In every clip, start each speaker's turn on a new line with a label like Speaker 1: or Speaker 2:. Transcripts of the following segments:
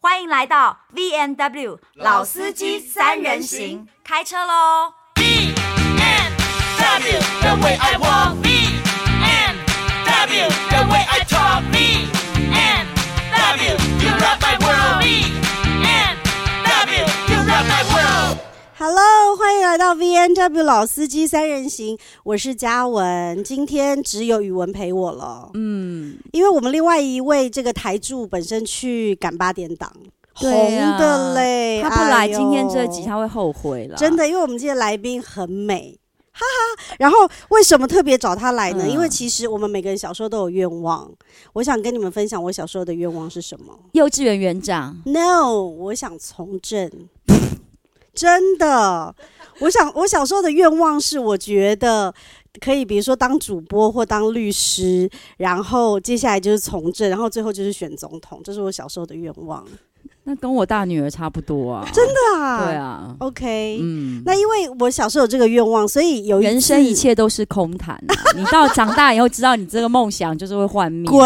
Speaker 1: 欢迎来到 V N W 老司机三人行，开车喽！
Speaker 2: BMW, the way I walk. BMW, the way I talk. BMW, you rock my world. BMW, you rock my world.
Speaker 3: Hello，欢迎来到 V N W 老司机三人行，我是嘉文。今天只有宇文陪我了，嗯，因为我们另外一位这个台柱本身去赶八点档，
Speaker 4: 对啊
Speaker 3: 红的嘞，
Speaker 4: 他不来今天这集，
Speaker 3: 集，
Speaker 4: 他会后悔了。
Speaker 3: 哎真，的，因为我们今天来宾很美。哈哈，然后为什么特别找他来呢？
Speaker 4: 嗯
Speaker 3: 因为其实我们每个人小时候都有愿望，我想跟你们分享我小时候的愿望是什么。
Speaker 4: 幼稚园园长
Speaker 3: No，我想从政，真的，我想我小时候的愿望是，我觉得可以，比如说当主播或当律师，然后接下来就是从政，然后最后就是选总统，这是我小时候的愿望。
Speaker 4: 那跟我大女儿差不多啊。
Speaker 3: 真的啊？
Speaker 4: 对啊，
Speaker 3: OK，、
Speaker 4: 嗯，
Speaker 3: 那因为我小时候有这个愿望，所以有一
Speaker 4: 人生一
Speaker 3: 次
Speaker 4: 切都是空谈 啊、你到长大以后知道你这个梦想就是会幻灭。
Speaker 3: 滚！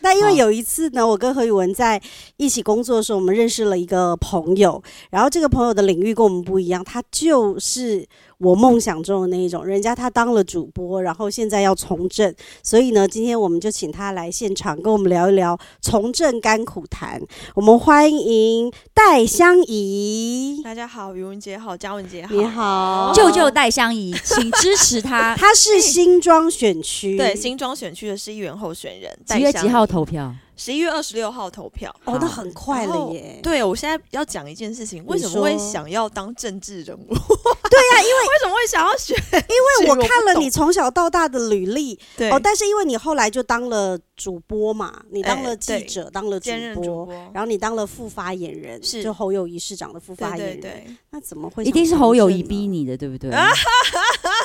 Speaker 3: 那因为
Speaker 4: 好
Speaker 3: 有一次呢，我跟何宇文在一起工作的时候，我们认识了一个朋友，然后这个朋友的领域跟我们不一样，他就是我梦想中的那一种，人家他当了主播，然后现在要从政，所以呢，今天我们就请他来现场跟我们聊一聊从政甘苦谈。我们欢迎戴香怡，哦
Speaker 5: 大家好，宇文杰好，嘉文杰好，
Speaker 3: 你好，
Speaker 4: 舅舅戴相宜，请支持 他。
Speaker 3: 他是新庄选区，
Speaker 5: 对新庄选区的市议员候选人，
Speaker 4: 几月
Speaker 5: 戴
Speaker 4: 几
Speaker 5: 香
Speaker 4: 号
Speaker 5: 怡？
Speaker 4: 投票？
Speaker 5: 十一月二十六号投票。
Speaker 3: 哦，那很快
Speaker 5: 然
Speaker 3: 了
Speaker 5: 后
Speaker 3: 耶，
Speaker 5: 对，我现在要讲一件事情，为什么
Speaker 3: 说
Speaker 5: 会想要当政治人物？对 呀、因为为什么会想要选？
Speaker 3: 因为我
Speaker 5: 是我不
Speaker 3: 看了
Speaker 5: 懂
Speaker 3: 你从小到大的履历。
Speaker 5: 对，
Speaker 3: 哦，但是因为你后来就当了主播嘛，你当
Speaker 5: 哎
Speaker 3: 了记
Speaker 5: 对
Speaker 3: 者，当了主
Speaker 5: 兼任
Speaker 3: 播，
Speaker 5: 主播，
Speaker 3: 然后你当了副发言人，
Speaker 5: 是
Speaker 3: 就侯友谊市长的副发
Speaker 5: 对
Speaker 3: 言
Speaker 5: 对
Speaker 3: 人。
Speaker 5: 对，
Speaker 3: 那怎么会
Speaker 4: 一定是侯友谊逼
Speaker 3: 你，
Speaker 4: 你的，对不对？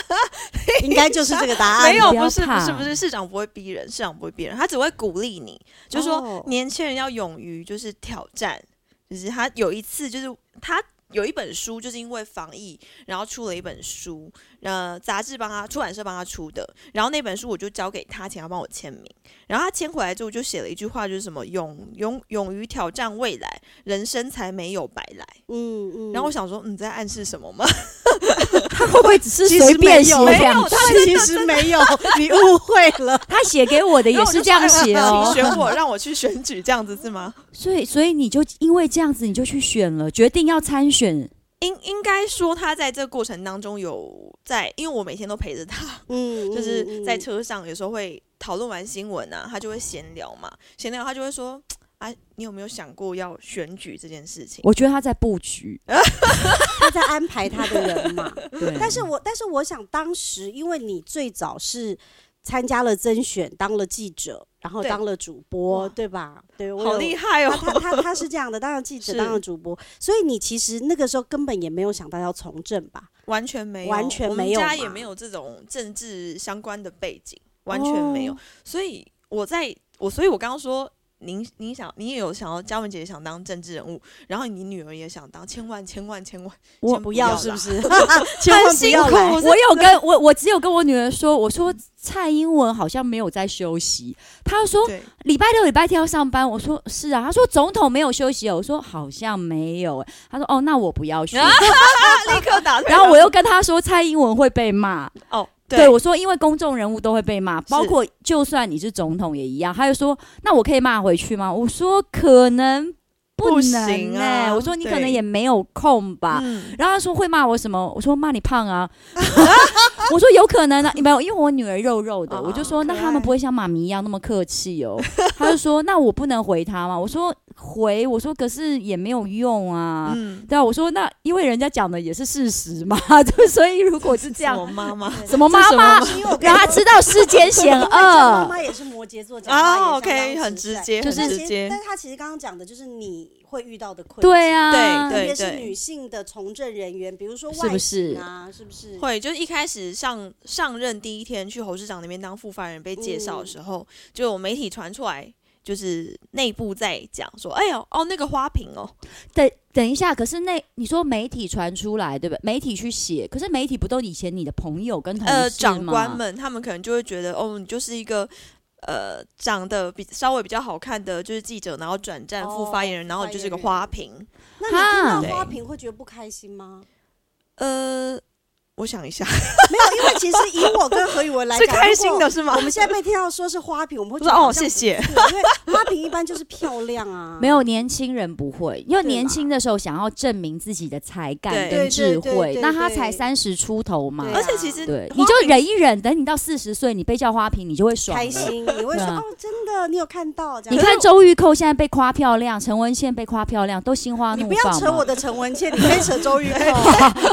Speaker 3: 应该就是这个答案。
Speaker 5: 没有，
Speaker 4: 不要
Speaker 5: 不是不是
Speaker 4: 怕
Speaker 5: 不是，市长不会逼人，市长不会逼人，他只会鼓励你，就是
Speaker 3: 哦
Speaker 5: 说年轻人要勇于就是挑战，就是他有一次就是他。有一本书，就是因为防疫，然后出了一本书，呃，杂志帮他出版社帮他出的，然后那本书我就交给他，请他帮我签名。然后他签回来之后，我就写了一句话，就是什么勇勇勇于挑战未来，人生才没有白来。
Speaker 3: 嗯嗯。
Speaker 5: 然后我想说，你在暗示什么吗？
Speaker 4: 他会不会只是
Speaker 3: 其实
Speaker 4: 随便
Speaker 3: 没
Speaker 4: 写
Speaker 3: 有 没
Speaker 4: 两句？
Speaker 3: 其实没有，你误会了。
Speaker 4: 他写给我的也
Speaker 5: 然后我
Speaker 4: 是
Speaker 5: 就
Speaker 4: 这样
Speaker 5: 说哎
Speaker 4: 写哦
Speaker 5: 请。选我，让我去选举，这样子是吗？
Speaker 4: 所以，所以你就因为这样子，你就去选了，决定要参选。
Speaker 5: 应应该说，他在这个过程当中有在，因为我每天都陪着他，
Speaker 3: 嗯，
Speaker 5: 就是在
Speaker 3: 嗯
Speaker 5: 车上有时候会讨论完新闻啊，他就会闲聊嘛，闲聊他就会说。啊，你有没有想过要选举这件事情？
Speaker 4: 我觉得他在布局。
Speaker 3: 他在安排他的人 嘛。
Speaker 5: 嗯
Speaker 4: 对，
Speaker 3: 但是我但是我想，当时因为你最早是参加了甄选，当了记者，然后
Speaker 5: 对
Speaker 3: 当了主播，
Speaker 5: 哇
Speaker 3: 对吧？对，我
Speaker 5: 好
Speaker 3: 有
Speaker 5: 厉害 哦！
Speaker 3: 他他他他是这样的，当了记者，
Speaker 5: 是
Speaker 3: 当了主播，所以你其实那个时候根本也没有想到要从政吧？
Speaker 5: 完全没有，
Speaker 3: 完全
Speaker 5: 我们
Speaker 3: 没有
Speaker 5: 家
Speaker 3: 嘛
Speaker 5: 也没有这种政治相关的背景，完全没有。
Speaker 3: 哦
Speaker 5: 所以我在我，所以我刚刚说，您您想，你也有想要，嘉文姐也想当政治人物，然后你女儿也想当，千万千万千万，
Speaker 4: 我
Speaker 5: 先
Speaker 3: 不
Speaker 5: 不
Speaker 3: 要
Speaker 5: 啦
Speaker 3: 是不是？千万不要
Speaker 5: 很辛苦
Speaker 3: 来
Speaker 5: 我是
Speaker 4: 我有跟我我只有跟我女儿说，我说蔡英文好像没有在休息，她说
Speaker 5: 对，
Speaker 4: 礼拜六礼拜天要上班，我说是啊，她说总统没有休息哦，我说好像没有，她说哦那我不 要去，
Speaker 5: 立刻打退堂鼓。
Speaker 4: 然后我又跟她说蔡英文会被骂，
Speaker 5: 哦，
Speaker 4: 对我说因为公众人物都会被骂，包
Speaker 5: 是
Speaker 4: 括就算你是总统也一样，她就说那我可以骂回去吗？我说可能不
Speaker 5: 不
Speaker 4: 能
Speaker 5: 行
Speaker 4: 哎、
Speaker 5: 啊
Speaker 4: 我说你可能
Speaker 5: 对
Speaker 4: 也没有空吧，
Speaker 5: 嗯，
Speaker 4: 然后他说会骂我什么？我说骂你胖啊， 我说有可能啊，没有，因为我女儿肉肉的，
Speaker 5: 哦
Speaker 4: 我就说那
Speaker 5: 可
Speaker 4: 他们
Speaker 5: 爱
Speaker 4: 不会像妈咪一样那么客气哦。 他就说那我不能回他吗？我说回，我说可是也没有用啊。
Speaker 5: 嗯，
Speaker 4: 对啊，我说那因为人家讲的也是事实嘛， 就所以如果是这
Speaker 5: 我
Speaker 4: 样，
Speaker 5: 妈妈
Speaker 4: 什么妈
Speaker 5: 这是什么
Speaker 4: 妈
Speaker 5: 妈，
Speaker 3: 因为我跟
Speaker 4: 让他知道世间险
Speaker 3: 因为郑妈
Speaker 4: 恶。
Speaker 3: 妈也是摩羯座，讲
Speaker 5: 啊
Speaker 3: 话也相
Speaker 5: ，OK，
Speaker 3: 当
Speaker 5: 很直
Speaker 3: 率。
Speaker 5: 接，
Speaker 4: 就
Speaker 5: 很
Speaker 3: 但
Speaker 4: 是
Speaker 5: 直
Speaker 3: 其实，
Speaker 5: 接
Speaker 3: 但，是他其实刚刚讲的就是你会遇到的困境，
Speaker 4: 对啊，
Speaker 5: 对
Speaker 3: 特别是
Speaker 5: 对
Speaker 3: 女性的从政人员，比如说
Speaker 4: 是
Speaker 3: 外
Speaker 4: 不是
Speaker 3: 景啊，是不是？
Speaker 5: 会就是一开始上上任第一天去侯市长那边当副发言人被介绍的时候，就有媒体传出来。就是内部在讲说，哎呦，哦，那个花瓶哦，
Speaker 4: 等等一下，可是那你说媒体传出来，对不对？媒体去写，可是媒
Speaker 5: 呃
Speaker 4: 体不都以前你的朋友跟同事吗？
Speaker 5: 呃，长官们他们可能就会觉得，哦，你就是一个呃长得比稍微比较好看的就是记者，然后转战副发言人，
Speaker 3: 哦
Speaker 5: 然后你就是个花瓶。
Speaker 3: 那你
Speaker 4: 哈
Speaker 3: 听
Speaker 5: 啊对
Speaker 3: 到花瓶会觉得不开心吗？
Speaker 5: 呃，我想一下，
Speaker 3: 没有，因为其实以我跟何宇文来
Speaker 5: 是
Speaker 3: 讲，
Speaker 5: 开心的是吗？
Speaker 3: 我们现在被听到说是花瓶，我们会觉
Speaker 5: 我
Speaker 3: 得
Speaker 5: 说哦
Speaker 3: 好像
Speaker 5: 谢谢
Speaker 3: 不错，因为花瓶一般就是漂亮啊，
Speaker 4: 没有年轻人不会，因为
Speaker 3: 对
Speaker 4: 年
Speaker 3: 啦
Speaker 4: 轻的时候想要证明自己的才干
Speaker 5: 对
Speaker 4: 跟
Speaker 3: 对
Speaker 4: 智
Speaker 3: 对对
Speaker 4: 慧，
Speaker 3: 对
Speaker 4: 那他
Speaker 3: 对
Speaker 4: 才三十出头嘛
Speaker 3: 对，啊
Speaker 5: 而且其实
Speaker 4: 对，
Speaker 5: 花
Speaker 4: 你就
Speaker 5: 瓶
Speaker 4: 忍一忍，等你到四十岁，你被叫花瓶，你就会爽
Speaker 3: 开
Speaker 4: 了。
Speaker 3: 心，你会
Speaker 4: 对
Speaker 3: 说
Speaker 4: 啊
Speaker 3: 哦，真的，你有看到这样？
Speaker 4: 你看周玉蔻现在被夸漂亮，陈文茜被夸漂亮，都心花
Speaker 3: 你
Speaker 4: 怒
Speaker 3: 不要
Speaker 4: 放
Speaker 3: 扯我
Speaker 4: 嘛。
Speaker 3: 的陈文茜，你可以扯 周瑜蔻。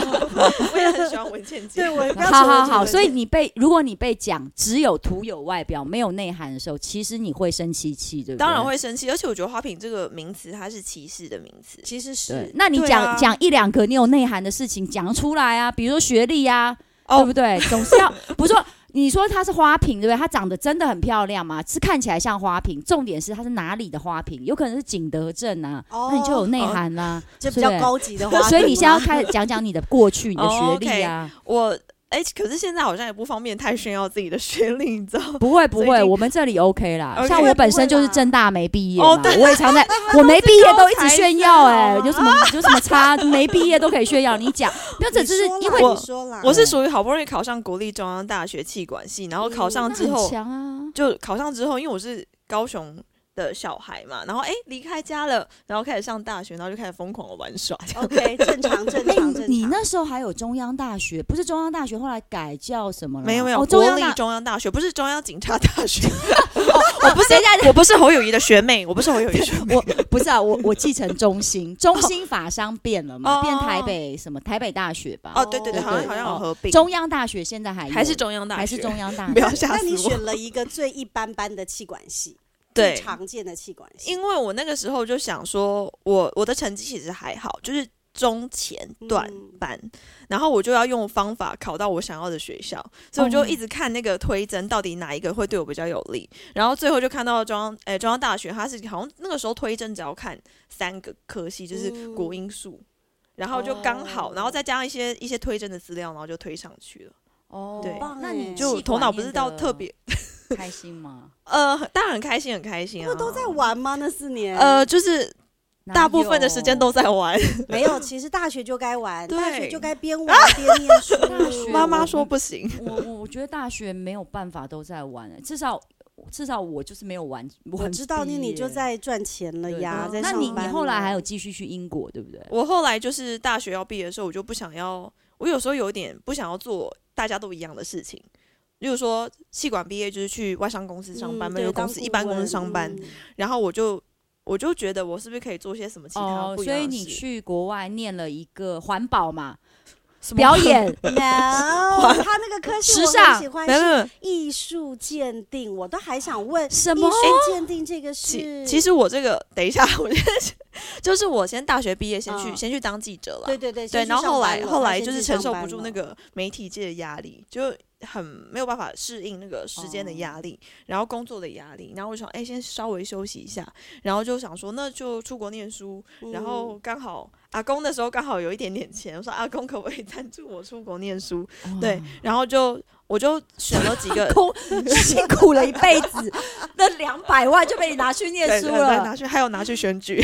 Speaker 5: 我也很喜欢文 倩姐
Speaker 3: 对，。我也不要扯
Speaker 4: 好
Speaker 3: 我的
Speaker 4: 好
Speaker 3: 陈文
Speaker 4: 好，
Speaker 3: 茜
Speaker 4: 所以你被如果你被讲只有图有外表没有内涵的时候，其实你会生气气，对不对？
Speaker 5: 当然。会生气，而且我觉得“花瓶”这个名词它是歧视的名词，
Speaker 3: 其实
Speaker 4: 对
Speaker 3: 是，
Speaker 4: 那你
Speaker 5: 对
Speaker 4: 讲、
Speaker 5: 啊
Speaker 4: 讲一两个你有内涵的事情讲出来啊，比如说学历啊，
Speaker 5: 哦
Speaker 4: 对不对？总是要不是说你说她是花瓶，对不对？她长得真的很漂亮嘛，是看起来像花瓶，重点是她是哪里的花瓶？有可能是景德镇啊，
Speaker 3: 哦
Speaker 4: 那你就有内涵啦、
Speaker 3: 这比较
Speaker 4: 对
Speaker 3: 高级的花瓶啊，
Speaker 4: 所以你现在要开始讲讲你的过去、你的学
Speaker 5: 哦
Speaker 4: 历啊？
Speaker 5: 我哎、可是现在好像也不方便太炫耀自己的学历，你知 道吗？
Speaker 4: 不会不
Speaker 5: 所以
Speaker 4: 会，
Speaker 5: 已经哦
Speaker 4: 我们这里 OK 啦。
Speaker 5: OK
Speaker 4: 像我本身就是正大没毕业
Speaker 5: 哦
Speaker 4: 嘛，
Speaker 5: 对
Speaker 4: 我也常 在，我没毕业都一直炫耀哎、
Speaker 5: 高材生哦
Speaker 4: 有什么有什么差？没毕业都可以炫耀，你 讲，没有这
Speaker 3: 你
Speaker 4: 就是
Speaker 3: 说啦
Speaker 4: 因为
Speaker 5: 我
Speaker 3: 你说啦，
Speaker 4: 嗯
Speaker 5: 我是属于好不容易考上国立中央大学气管系，然后考上
Speaker 4: 哦那
Speaker 5: 之
Speaker 4: 很
Speaker 5: 后、
Speaker 4: 强啊。
Speaker 5: 就考上之后，因为我是高雄的小孩嘛，然后哎离、开家了，然后开始上大学，然后就开始疯狂的玩耍。
Speaker 4: 嗯
Speaker 5: 这样
Speaker 3: OK 正常正
Speaker 4: 哎
Speaker 3: 常
Speaker 5: 啊
Speaker 4: 你
Speaker 3: 正常。
Speaker 4: 你那时候还有中央大学，不是中央大学，后来改叫什么了吗？
Speaker 5: 没有没有，
Speaker 4: 哦、中
Speaker 5: 国
Speaker 4: 央
Speaker 5: 立
Speaker 4: 大，哦
Speaker 5: 中央大学不是中央警察大学， 我不是我不是侯友谊的学妹，我不是侯友谊的学妹，
Speaker 4: 我 不是啊，我我继承中 心，中心法商变了嘛，
Speaker 5: 哦
Speaker 4: 变台北什么台北大学吧？
Speaker 5: 哦对对对，好像
Speaker 4: 对哦
Speaker 5: 好像有合并，
Speaker 4: 中央大学现在还有
Speaker 5: 还是中央大学，
Speaker 4: 还是中央大 学
Speaker 5: 不要吓
Speaker 3: 那
Speaker 5: 死
Speaker 3: 你
Speaker 5: 我。
Speaker 3: 选了一个最一般般的气管系，
Speaker 5: 对
Speaker 3: 最常见的气管系，
Speaker 5: 因为我那个时候就想说，我我的成绩其实还好，就是中前
Speaker 3: 嗯
Speaker 5: 段班，然后我就要用方法考到我想要的学校，所以我就
Speaker 4: 哦
Speaker 5: 一直看那个推甄到底哪一个会对我比较有利，然后最后就看到中央诶、中央大学，它是好像那个时候推甄只要看三个科系，就是
Speaker 3: 嗯
Speaker 5: 国英数。然后就刚好，
Speaker 3: 哦
Speaker 5: 然后再加上一些一些推甄的资料，然后就推上去了。
Speaker 4: 哦
Speaker 5: 对
Speaker 4: 那你
Speaker 3: 气
Speaker 5: 就头脑不是到特别，
Speaker 4: 开心吗？
Speaker 5: 呃，当然很开心，很开心啊。
Speaker 3: 不都在玩吗？那四年，
Speaker 5: 呃，就是大部分的 时间都在玩。
Speaker 3: 没有，其实大学就该玩，
Speaker 5: 对
Speaker 3: 大学就该边玩边 念书。
Speaker 4: 大学
Speaker 5: 妈妈说不行，
Speaker 4: 我我我觉得大学没有办法都在玩、至少至少我就是没有玩。
Speaker 3: 我
Speaker 4: 很
Speaker 3: 知道你，
Speaker 4: 毕业
Speaker 3: 你就在赚钱了
Speaker 4: 对
Speaker 3: 呀，
Speaker 4: 对
Speaker 3: 在
Speaker 4: 那
Speaker 3: 上
Speaker 4: 你你
Speaker 3: 班
Speaker 4: 后来还有
Speaker 3: 了
Speaker 4: 继续去英国，对不对？
Speaker 5: 我后来就是大学要毕业的时候，我就不想要，我有时候有点不想要做大家都一样的事情。例如说，气管毕业就是去外商公司上班，
Speaker 3: 嗯
Speaker 5: 没有
Speaker 3: 对
Speaker 5: 公
Speaker 3: 当
Speaker 5: 司
Speaker 3: 顾
Speaker 5: 一般公司
Speaker 3: 问
Speaker 5: 上班，
Speaker 3: 嗯
Speaker 5: 然后我就我就觉得我是不是可以做些什么其他不一
Speaker 4: 哦所以
Speaker 5: 样的
Speaker 4: 你
Speaker 5: 事？
Speaker 4: 去国外念了一个环保嘛，
Speaker 5: 什么
Speaker 4: 表演
Speaker 3: No，他那个科系
Speaker 4: 时
Speaker 3: 我
Speaker 4: 尚
Speaker 3: 很喜欢
Speaker 5: 没有没
Speaker 3: 是
Speaker 5: 有，没有
Speaker 3: 艺术鉴定，我都还想问
Speaker 4: 什么
Speaker 3: 艺术鉴定这个
Speaker 5: 其
Speaker 3: 是？
Speaker 5: 其实我这个等一下，我先 就是我先大学毕业先去、
Speaker 3: 嗯
Speaker 5: 先去当记者了，
Speaker 3: 对对对
Speaker 5: 对，
Speaker 3: 先去
Speaker 5: 然后后
Speaker 3: 上班
Speaker 5: 来
Speaker 3: 了
Speaker 5: 后
Speaker 3: 他
Speaker 5: 来
Speaker 3: 先
Speaker 5: 就是
Speaker 3: 去
Speaker 5: 承
Speaker 3: 上
Speaker 5: 受
Speaker 3: 班
Speaker 5: 不住那
Speaker 3: 了
Speaker 5: 个媒体界的压力，就很没有办法适应那个时间
Speaker 3: 哦
Speaker 5: 的压力，然后工作的压力，然后我想，哎、先稍微休息一下，然后就想说，那就出国念书，
Speaker 3: 嗯
Speaker 5: 然后刚好阿公那时候刚好有一点点钱，我说阿公可不可以赞助我出国念书？ 对，然后就我就选了几个。
Speaker 4: 空辛苦了一辈子，那两百万就被你拿去念
Speaker 5: 对，
Speaker 4: 书
Speaker 5: 对对
Speaker 4: 了
Speaker 5: 拿。去还有拿去选举，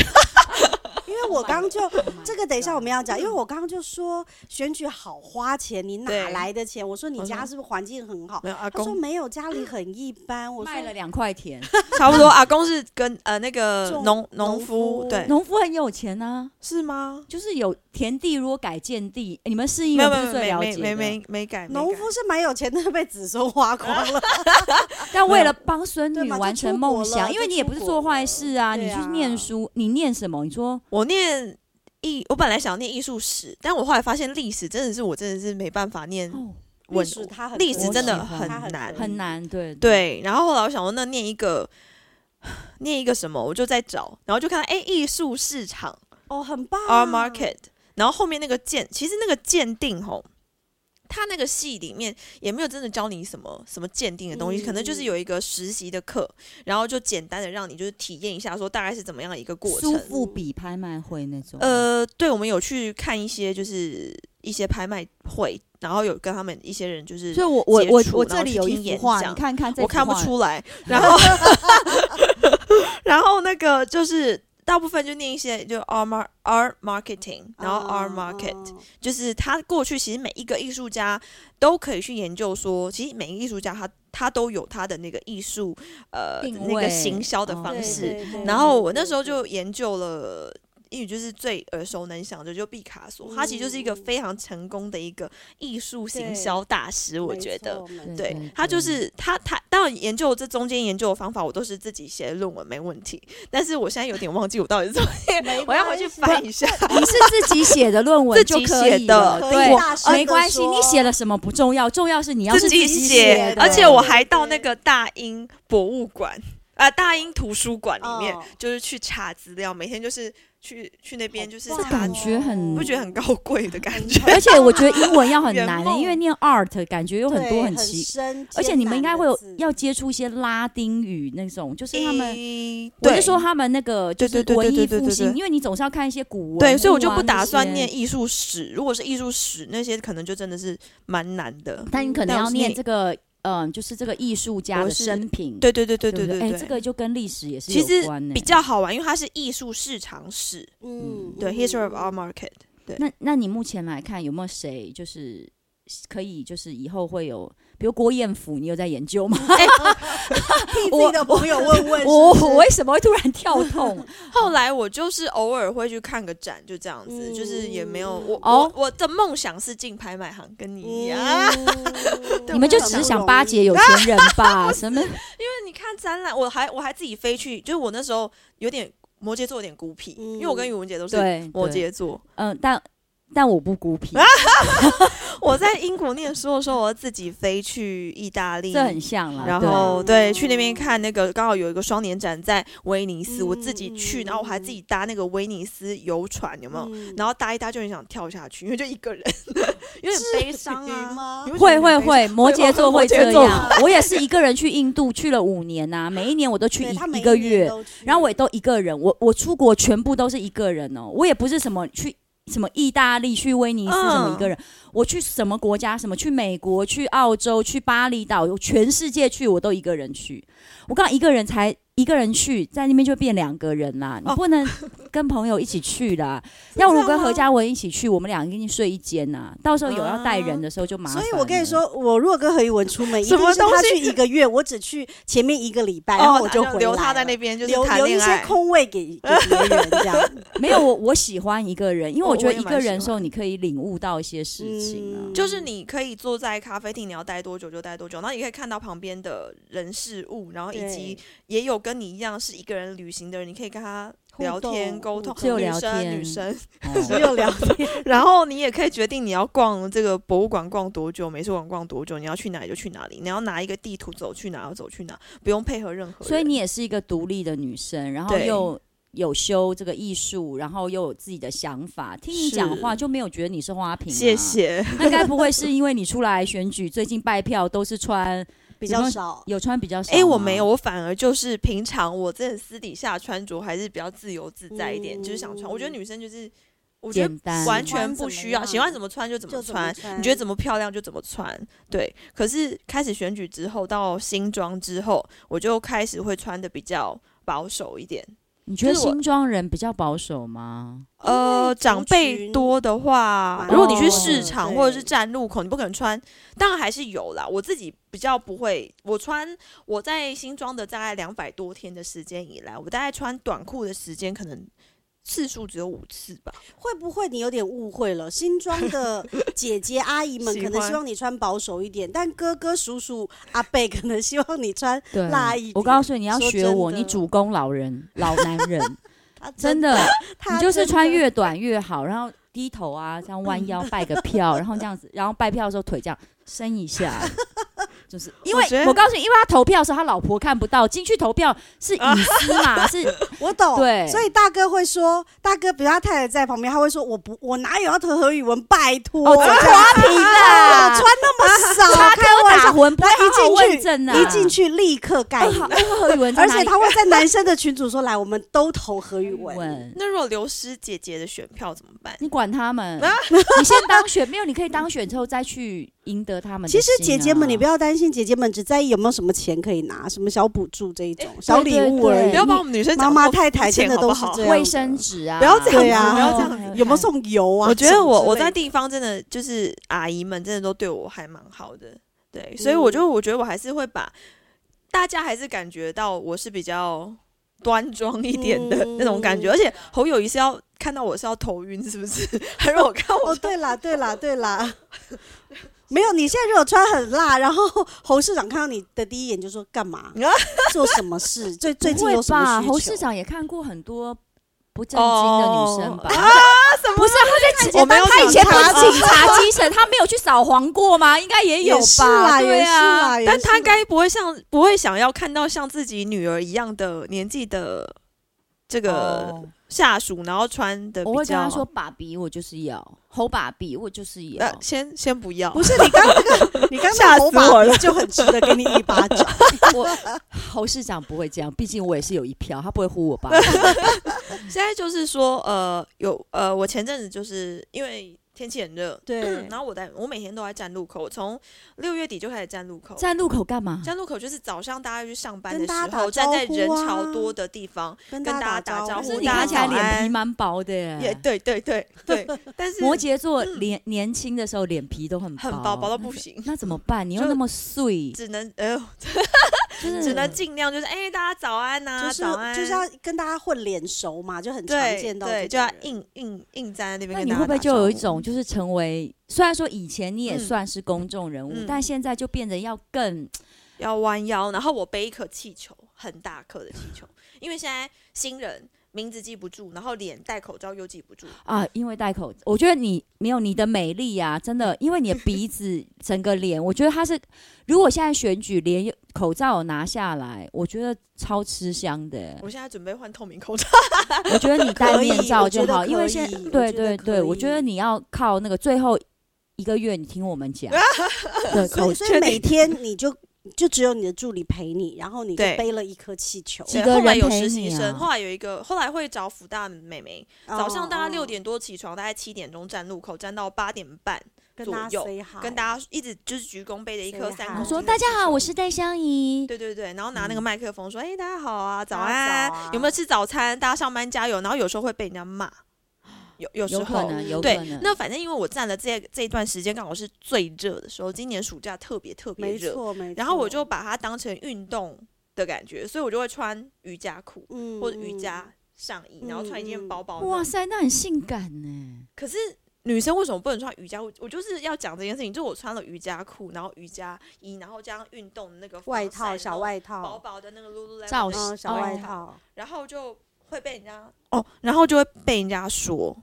Speaker 3: 因为我刚 就这个等一下我们
Speaker 4: 要
Speaker 3: 要讲，因为我刚刚就说选举好花钱，你哪
Speaker 5: 嗯对
Speaker 3: 来的钱？我说你
Speaker 5: 我说
Speaker 3: 家是不是环境很好？
Speaker 5: 没有阿
Speaker 3: 他说
Speaker 5: 公，
Speaker 3: 没有，家里很一般。我说
Speaker 4: 卖了两块田，
Speaker 5: 差不多阿公是跟呃那个
Speaker 3: 种
Speaker 5: 农
Speaker 3: 农
Speaker 5: 夫
Speaker 3: 夫，
Speaker 5: 对，
Speaker 4: 农夫很有钱啊，
Speaker 5: 是吗？
Speaker 4: 就是有田地，如果改建地，你们市议
Speaker 5: 没
Speaker 4: 员
Speaker 5: 有
Speaker 4: 不
Speaker 5: 没
Speaker 4: 是
Speaker 5: 有
Speaker 4: 最
Speaker 5: 没
Speaker 4: 了
Speaker 5: 没
Speaker 4: 解
Speaker 5: 没
Speaker 4: 的。
Speaker 5: 没没改，没
Speaker 3: 农
Speaker 5: 改
Speaker 3: 夫是蛮有钱的，被子孙花光了。
Speaker 4: 但为了帮孙
Speaker 3: 对
Speaker 4: 女
Speaker 3: 嘛就
Speaker 4: 完成
Speaker 3: 出国
Speaker 4: 梦想，
Speaker 3: 了
Speaker 4: 因为
Speaker 3: 就
Speaker 4: 你也
Speaker 3: 出
Speaker 4: 不是
Speaker 3: 国
Speaker 4: 做坏
Speaker 3: 了
Speaker 4: 事啊，你
Speaker 3: 对
Speaker 4: 去
Speaker 3: 啊
Speaker 4: 念书，你念什么？你说
Speaker 5: 我念艺，我本来想念艺术史，但我后来发现历史真的是我真的是没办法念
Speaker 4: 哦
Speaker 5: 文，
Speaker 3: 历史它很
Speaker 5: 历史
Speaker 4: 我
Speaker 5: 真的
Speaker 4: 喜欢
Speaker 5: 很
Speaker 3: 它很
Speaker 5: 难。
Speaker 4: 很难，对，
Speaker 5: 对，然后后来我想说，那念一个 念一个什么，我就在找，然后就看到哎，艺术市场
Speaker 3: 哦，很棒。
Speaker 5: art
Speaker 3: 哦
Speaker 5: market，然后后面那个鉴，其实那个鉴定吼。他那个系里面也没有真的教你什么什么鉴定的东西，可能就是有一个实习的课，然后就简单的让你就是体验一下，说大概是怎么样的一个过程
Speaker 4: 苏。富比拍卖会那种，
Speaker 5: 呃呃，对，我们有去看一些就是一些拍卖会，然后有跟他们一些人就是
Speaker 6: 所以我我
Speaker 5: 接
Speaker 6: 我
Speaker 5: 触
Speaker 6: 我
Speaker 5: 然
Speaker 6: 这
Speaker 5: 后
Speaker 6: 里
Speaker 5: 去
Speaker 6: 有
Speaker 5: 听
Speaker 6: 一
Speaker 5: 演
Speaker 6: 幅画，
Speaker 5: 讲
Speaker 6: 你看看这
Speaker 5: 我
Speaker 6: 幅
Speaker 5: 看不
Speaker 6: 画
Speaker 5: 出来。然后， 然后那个就是大部分就念一些就 R mar R marketing，然后 R market，、
Speaker 3: 哦
Speaker 5: 就是他过去其实每一个艺术家都可以去研究说，其实每一个艺术家他他都有他的那个艺术呃
Speaker 4: 定
Speaker 5: 那
Speaker 4: 位
Speaker 5: 个行销的
Speaker 4: 哦
Speaker 5: 方
Speaker 3: 对
Speaker 5: 式。
Speaker 3: 对对
Speaker 5: 然后
Speaker 3: 对
Speaker 5: 我那
Speaker 3: 对
Speaker 5: 时候
Speaker 3: 对
Speaker 5: 就研究了。英语就是最耳熟能详的，就毕卡索，他其实就是一个非常成功的一个艺术行销大师，我
Speaker 3: 没
Speaker 5: 觉得。
Speaker 3: 错没
Speaker 5: 对
Speaker 4: 对
Speaker 5: 他就
Speaker 4: 对
Speaker 5: 是他他当然研究这中间研究的方法，我都是自己写论文没问题。但是我现在有点忘记我到底是怎么
Speaker 4: 嗯
Speaker 5: 写，我要回去翻一 下。
Speaker 4: 你是自己写的论文
Speaker 5: 自
Speaker 4: 就
Speaker 5: 己
Speaker 4: 可
Speaker 5: 写
Speaker 4: 以
Speaker 5: 的
Speaker 4: 了
Speaker 3: 可以
Speaker 4: 对，
Speaker 3: 大声地
Speaker 4: 没关系，
Speaker 3: 说
Speaker 4: 你写了什么不重要，重要是你要是己
Speaker 5: 己写，
Speaker 4: 的
Speaker 5: 而且我还到
Speaker 3: 对
Speaker 5: 那个大英博物馆。啊、大英图书馆里面、
Speaker 3: 哦
Speaker 5: 就是去查资料，每天就是去去那边就是
Speaker 3: 好
Speaker 4: 这
Speaker 3: 棒
Speaker 5: 查
Speaker 4: 感
Speaker 3: 哦，
Speaker 4: 觉很
Speaker 5: 不觉得很高贵的感觉？
Speaker 4: 而且我觉得英文要很难
Speaker 5: 圆，梦
Speaker 4: 因为念 art 感觉有很多
Speaker 3: 对
Speaker 4: 很
Speaker 3: 很
Speaker 4: 奇，
Speaker 3: 深
Speaker 4: 而且你们应该会有
Speaker 3: 艰难的字
Speaker 4: 要接触一些拉丁语那种，就是他们。
Speaker 5: 诶
Speaker 4: 我是
Speaker 5: 对
Speaker 4: 说他们那个就
Speaker 5: 对
Speaker 4: 是
Speaker 5: 对对
Speaker 4: 文艺
Speaker 5: 对对
Speaker 4: 复
Speaker 5: 对
Speaker 4: 兴，
Speaker 5: 对
Speaker 4: 因为你总是要看一些古文、
Speaker 5: 对，所以我就不打
Speaker 4: 啊那
Speaker 5: 算
Speaker 4: 些
Speaker 5: 念艺术史。如果是艺术史那些，可能就真的是蛮难的。
Speaker 4: 但你可能
Speaker 5: 但
Speaker 4: 要
Speaker 5: 是
Speaker 4: 念
Speaker 5: 你
Speaker 4: 这个，嗯，就是这个艺术家
Speaker 5: 我
Speaker 4: 的
Speaker 5: 是
Speaker 4: 生平，
Speaker 5: 对对对对
Speaker 4: 对
Speaker 5: 对
Speaker 4: 不
Speaker 5: 对
Speaker 4: 哎
Speaker 5: 对，，
Speaker 4: 这个就跟历史也是
Speaker 5: 其实
Speaker 4: 有关呢
Speaker 5: 比较好玩，因为它是艺术市场史，
Speaker 3: 嗯
Speaker 4: 哦
Speaker 5: 对 history of our market。
Speaker 4: 那那你目前来看有没有谁就是可以就是以后会有，比如郭彦甫，你有在研究吗？
Speaker 3: 替自己的朋友问问
Speaker 4: 我
Speaker 3: 是不
Speaker 4: 我
Speaker 3: 是
Speaker 4: 为什么会突然跳痛？
Speaker 5: 后来我就是偶尔会去看个展，就这样子，
Speaker 3: 嗯
Speaker 5: 就是也没有我
Speaker 4: 哦
Speaker 5: 我我的梦想是进拍卖行，跟你啊一样。
Speaker 3: 嗯
Speaker 4: 你们就只是想巴结有钱人 吧？什么？
Speaker 5: 因为你看展览，我还我还自己飞去，就是我那时候有点摩羯座有点孤僻，
Speaker 3: 嗯
Speaker 5: 因为我跟宇文杰都是
Speaker 4: 对，
Speaker 5: 摩
Speaker 4: 对，
Speaker 5: 羯座。
Speaker 4: 嗯，但但我不孤
Speaker 5: 啊
Speaker 4: 僻，
Speaker 5: 我在英国念书的时候，我自己飞去意大利，
Speaker 4: 这很像啦。
Speaker 5: 然
Speaker 4: 对
Speaker 5: 后
Speaker 3: 啊对
Speaker 5: 对去那边看那个刚好有一个双年展在威尼斯，
Speaker 3: 嗯
Speaker 5: 我自己去，
Speaker 3: 嗯
Speaker 5: 然后我还自己搭那个威尼斯游船，有没有？
Speaker 3: 嗯
Speaker 5: 然后搭一搭就很想跳下去，因为就一个人，有 点悲 伤
Speaker 3: 至于吗
Speaker 5: 啊。 你
Speaker 4: 会
Speaker 5: 觉得
Speaker 4: 会
Speaker 5: 很悲伤，
Speaker 4: 会，摩羯座
Speaker 5: 摩
Speaker 4: 会
Speaker 5: 羯
Speaker 4: 这
Speaker 5: 座
Speaker 4: 样。我也是一个人去印度去了五年呐、每一年我都去
Speaker 3: 对他
Speaker 4: 一
Speaker 3: 每
Speaker 4: 一个
Speaker 3: 年
Speaker 4: 月，
Speaker 3: 都去
Speaker 4: 然后我也都一个人。我我出国全部都是一个人哦，我也不是什么去什么意大利、去威尼斯
Speaker 5: 嗯
Speaker 4: 什么一个人，我去什么国家，什么去美国、去澳洲、去巴厘岛，我全世界去我都一个人去。我刚一个人才。一个人去，在那边就变两个人啦。你
Speaker 5: 哦
Speaker 4: 不能跟朋友一起去啦。要如果跟何嘉文一起去，我们两个一定睡一间呐。到时候有要带人的时候就麻烦
Speaker 3: 啊所
Speaker 4: 了。
Speaker 3: 以我跟你说，我如果跟何一文出 门，一
Speaker 5: 什
Speaker 3: 定
Speaker 5: 么
Speaker 3: 是他
Speaker 5: 东西
Speaker 3: 去一个月，我只去前面一个礼拜，然后
Speaker 5: 哦，
Speaker 3: 我就回来了，
Speaker 5: 留他在那边就是
Speaker 3: 留
Speaker 5: 谈
Speaker 3: 留一
Speaker 5: 恋
Speaker 3: 些
Speaker 5: 爱。
Speaker 3: 空位给给别人这样。
Speaker 4: 没有我，我喜欢一个人，因为我
Speaker 5: 我
Speaker 4: 觉得
Speaker 5: 我也
Speaker 4: 一
Speaker 5: 蛮
Speaker 4: 个人的
Speaker 5: 喜
Speaker 4: 时候，你可以领悟到一些事情啊。
Speaker 3: 嗯
Speaker 5: 就是你可以坐在咖啡厅，你要待多久就待多久，然后你可以看到旁边的人事物，然后以及也有跟你一样是一个人旅行的人，你可以跟他聊天
Speaker 3: 互动
Speaker 5: 沟通，
Speaker 3: 互动
Speaker 4: 只有
Speaker 5: 女
Speaker 4: 聊
Speaker 5: 生
Speaker 4: 天
Speaker 5: 女生，
Speaker 3: 只
Speaker 4: 哦
Speaker 3: 有聊天，
Speaker 5: 然后你也可以决定你要逛这个博物馆逛多久，美术馆逛多久，你要去哪里就去哪里，你要拿一个地图走去哪就走去哪，不用配合任何人。
Speaker 4: 所以你也是一个独立的女生，然后
Speaker 5: 哦对
Speaker 4: 又有修这个艺术，然后又有自己的想法。听你
Speaker 5: 是
Speaker 4: 讲话就没有觉得你是花瓶、啊
Speaker 5: 谢。谢，
Speaker 4: 那该不会是因为你出来选举，最近拜票都是穿
Speaker 3: 比较少。
Speaker 4: 有穿比较少？
Speaker 5: 哎、我没有，。我反而就是平常我真的私底下穿着还是比较自由自在一点，就是想穿。我觉得女生就是，我觉
Speaker 4: 简
Speaker 5: 得
Speaker 4: 单
Speaker 5: 完全不需要，喜
Speaker 3: 喜
Speaker 5: 欢
Speaker 3: 欢
Speaker 5: 怎
Speaker 3: 怎
Speaker 5: 么穿就怎么
Speaker 3: 就怎么
Speaker 5: 穿，
Speaker 3: 穿
Speaker 5: 你觉得怎么漂亮就怎么穿。对，可是开始选举之后，到新装之后，我就开始会穿的比较保守一点。
Speaker 4: 你觉得
Speaker 5: 就是我
Speaker 4: 新庄人比较保守吗？
Speaker 3: 哦
Speaker 5: 呃，长辈多的话
Speaker 3: 蛮，
Speaker 5: 如果你去
Speaker 4: 多
Speaker 5: 市
Speaker 4: 的
Speaker 5: 场
Speaker 3: 哦对
Speaker 5: 或者是站路口，你不可能穿，当然还是有啦。我自己比较不会，我穿我在新庄的大概两百多天的时间以来，我大概穿短裤的时间可能次数只有五次吧。
Speaker 3: 会不会你有点误会了？ 新装的姐姐阿姨们
Speaker 5: 喜
Speaker 3: 可
Speaker 5: 欢
Speaker 3: 能希望你穿保守一点，但哥哥叔叔阿贝可能希望你穿
Speaker 4: 对
Speaker 3: 辣一点。
Speaker 4: 我告诉你，你要
Speaker 3: 说
Speaker 4: 学
Speaker 3: 真
Speaker 4: 我，
Speaker 3: 的
Speaker 4: 你主攻老人、老男人，
Speaker 3: 他
Speaker 4: 真
Speaker 3: 真
Speaker 4: 的。
Speaker 3: 他
Speaker 4: 你就是
Speaker 3: 真的嗯
Speaker 4: 穿越短越好，然后低头 啊，这样弯腰拜个票，然后这样子，然后拜票的时候腿这样伸一下， 就是因为
Speaker 5: 我觉得
Speaker 4: 我告诉你，因为他投票的时候，他老婆看不到，进去投票是隐私 嘛，是
Speaker 3: 我懂，
Speaker 4: 对
Speaker 3: 哦所以大哥会说，大哥，比如他太太在旁边，他会说，我不，我哪有要投何宇文，拜托，
Speaker 4: 哦，这花瓶
Speaker 3: 啊，我
Speaker 4: 啦
Speaker 3: 穿，那么少，
Speaker 4: 他
Speaker 3: 开
Speaker 4: 跟
Speaker 3: 玩
Speaker 4: 打
Speaker 3: 笑。
Speaker 4: 魂，不
Speaker 3: 他一进去
Speaker 4: 进正啊，
Speaker 3: 一进去立刻盖
Speaker 4: 哎，
Speaker 3: 你
Speaker 4: 好，哎何宇文在
Speaker 3: 而
Speaker 4: 哪
Speaker 3: 且
Speaker 4: 里，
Speaker 3: 他会在男生的群组说，来，我们都投何 宇文。
Speaker 4: 文，
Speaker 5: 那如果流失姐姐的选票怎么办？
Speaker 4: 你管他们，
Speaker 3: 啊
Speaker 4: 你先当选，没有你可以当选之后再去赢得他们的
Speaker 3: 其
Speaker 4: 心啊。
Speaker 3: 实姐姐们，你不要担心，姐姐们只在意有没有什么钱可以拿，什么小补助这一种小礼物
Speaker 4: 哎对
Speaker 3: 而
Speaker 5: 不
Speaker 4: 对。
Speaker 3: 已
Speaker 5: 要把我们女生
Speaker 3: 妈
Speaker 5: 讲
Speaker 3: 妈
Speaker 5: 那么
Speaker 3: 太太
Speaker 5: 肤浅
Speaker 3: 真的
Speaker 5: 好
Speaker 3: 都
Speaker 5: 不
Speaker 3: 是
Speaker 5: 好
Speaker 3: 这样的
Speaker 4: 卫生纸啊，
Speaker 5: 不要这
Speaker 3: 样子对啊
Speaker 5: 不要这样子
Speaker 4: 还
Speaker 3: 有没有？送油啊？
Speaker 5: 我觉得我我
Speaker 3: 什么
Speaker 5: 在
Speaker 3: 之类的
Speaker 5: 地方真的就是阿姨们真的都对我还蛮好的，对，所以我就我觉得我还是会把大家还是感觉到我是比较端庄一点的
Speaker 3: 嗯
Speaker 5: 那种感觉，而且侯友谊是要看到我是要头晕是不是？ 还让我看我
Speaker 3: 哦，对 啦，对啦，对啦。 没有，你现在如果穿很辣，然后侯市长看到你的第一眼就说干 嘛做什么事，最最近有什么
Speaker 4: 吧？
Speaker 3: 需求？
Speaker 4: 侯市长也看过很多不正经的女生吧？不是他在
Speaker 5: 我没 有
Speaker 4: 他以前
Speaker 5: 想
Speaker 4: 不
Speaker 5: 哦查
Speaker 4: 是警察精 神，他没有去扫黄过吗？应该也有
Speaker 3: 也是
Speaker 4: 吧？
Speaker 3: 啦，
Speaker 4: 对
Speaker 3: 也是
Speaker 4: 啊，
Speaker 3: 啦，也
Speaker 5: 但
Speaker 3: 是
Speaker 5: 他
Speaker 3: 啦
Speaker 5: 该不会像不会想要看到像自己女儿一样的年纪的这个
Speaker 4: 哦
Speaker 5: 下属，然后穿的
Speaker 4: 我会
Speaker 5: 比
Speaker 4: 跟
Speaker 5: 较
Speaker 4: 他说：“爸比，我就是要侯爸比，我就是要。
Speaker 5: 呃，先先不要，
Speaker 3: 不是你刚那个，你刚 那
Speaker 5: 吓死
Speaker 3: 个头发
Speaker 5: 我了
Speaker 3: 就很值得给你一巴掌。
Speaker 4: 我侯市长不会这样，毕竟我也是有一票，他不会呼我 爸。
Speaker 5: 现在就是说，呃，有呃，我前阵子就是因为天气很热，
Speaker 3: 对
Speaker 5: 然后我在我每天都在站路口，我从六月底就开始站路口。
Speaker 4: 站路口干嘛？
Speaker 5: 站路口就是早上大家去上班的
Speaker 3: 跟
Speaker 5: 时
Speaker 3: 大家
Speaker 5: 候，
Speaker 3: 打招
Speaker 5: 站
Speaker 3: 呼啊
Speaker 5: 在人潮多的地方，
Speaker 3: 跟
Speaker 5: 跟大
Speaker 3: 大
Speaker 5: 家打招
Speaker 3: 招啊
Speaker 5: 呼
Speaker 4: 可是
Speaker 5: 呼
Speaker 4: 你
Speaker 5: 大家
Speaker 4: 看起来
Speaker 5: 早安
Speaker 4: 脸皮蛮薄的耶
Speaker 5: 也 对对对 对，但是嗯
Speaker 4: 摩羯座年年轻的时候脸皮都很
Speaker 5: 很薄薄到不行，
Speaker 4: 那怎么办？你又
Speaker 5: 就
Speaker 4: 那么碎，
Speaker 5: 只能呃，
Speaker 3: 嗯
Speaker 4: 真的
Speaker 5: 只能尽量就是哎、大家早安呐、
Speaker 3: 就是
Speaker 5: 早安，
Speaker 3: 就是要跟大家混脸熟嘛，就很常
Speaker 5: 对
Speaker 3: 见到
Speaker 5: 啊对，
Speaker 3: 这
Speaker 5: 就
Speaker 3: 种
Speaker 5: 要
Speaker 3: 人
Speaker 5: 硬硬硬站在那边
Speaker 4: 那
Speaker 5: 跟
Speaker 4: 你
Speaker 5: 大
Speaker 4: 会
Speaker 5: 家
Speaker 4: 不会
Speaker 5: 打
Speaker 4: 就有一
Speaker 5: 招呼
Speaker 4: 种就是成为，虽然说以前你也
Speaker 5: 嗯
Speaker 4: 算是公众人物，
Speaker 5: 嗯
Speaker 4: 但现在就变得要更
Speaker 5: 要弯腰，然后我背一颗气球，很大颗的气球，因为现在新人名字记不住，然后脸戴口罩又记不住，
Speaker 4: 啊，因为戴口，我觉得你没有你的美丽呀、真的，因为你的鼻子整个脸，我觉得它是，如果现在选举连口罩有拿下来，我觉得超吃香的。欸
Speaker 5: 我现在准备换透明口罩。
Speaker 4: 我觉得你戴
Speaker 3: 可以
Speaker 4: 面罩就好，
Speaker 3: 我觉得可以
Speaker 4: 因为现在
Speaker 3: 我觉得
Speaker 4: 对对
Speaker 3: 可以
Speaker 4: 对，我觉得你要靠那个最后一个月，你听我们 讲对
Speaker 3: 所
Speaker 4: 口
Speaker 3: 以所以每天你就就只有你的助理陪你，然后你就
Speaker 5: 对
Speaker 3: 背了一颗气球。
Speaker 4: 几
Speaker 5: 对
Speaker 4: 个
Speaker 5: 后来
Speaker 4: 人
Speaker 5: 有
Speaker 4: 陪
Speaker 5: 实习
Speaker 4: 你啊
Speaker 5: 生，后来有一个，后来会找福大美眉，
Speaker 3: 哦
Speaker 5: 早上大概六，
Speaker 3: 哦
Speaker 5: 点多起床，大概七点钟站路口，站到八点半，
Speaker 3: 跟
Speaker 5: 左
Speaker 3: 大
Speaker 5: 右
Speaker 3: 家 say hi
Speaker 5: 跟大家一直就是鞠躬，背着一颗
Speaker 3: Say
Speaker 5: 三
Speaker 3: hi
Speaker 4: 我
Speaker 5: 公斤的
Speaker 4: 说大家哦好，
Speaker 5: 气球
Speaker 4: 我是戴香怡。
Speaker 5: 对对对，然后拿那个
Speaker 4: 嗯
Speaker 5: 麦克风说：“哎、大家好啊，早
Speaker 3: 大家
Speaker 5: 安，
Speaker 3: 早啊
Speaker 5: 有没有吃早餐？大家上班加油。”然后有时候会被人家骂，有有时
Speaker 4: 有
Speaker 5: 候
Speaker 4: 可能，有可
Speaker 5: 对
Speaker 4: 能。，
Speaker 5: 那反正因为我站了这这一段时间，刚好是最热的时候，今年暑假特别特别
Speaker 3: 没
Speaker 5: 热，
Speaker 3: 错没错。
Speaker 5: 然后我就把它当成运动的感觉，所以我就会穿瑜伽裤
Speaker 3: 嗯
Speaker 5: 或者瑜伽上衣，然后穿一件薄薄
Speaker 4: 嗯
Speaker 5: 的。
Speaker 4: 哇！塞，那很性感呢。
Speaker 5: 可是女生为什么不能穿瑜伽裤？我就是要讲这件事情，就我穿了瑜伽裤，然后瑜伽衣，然后加上运动的那个防
Speaker 3: 外套
Speaker 5: 晒
Speaker 3: 小。
Speaker 5: 然后
Speaker 3: 外
Speaker 5: 薄
Speaker 3: 套，
Speaker 5: 薄的那个 Lululemon
Speaker 4: 造
Speaker 5: 的
Speaker 4: 型
Speaker 3: 嗯，小
Speaker 4: 哦
Speaker 3: 外，套。
Speaker 5: 然后就会被人家哦，然后就会被人家说，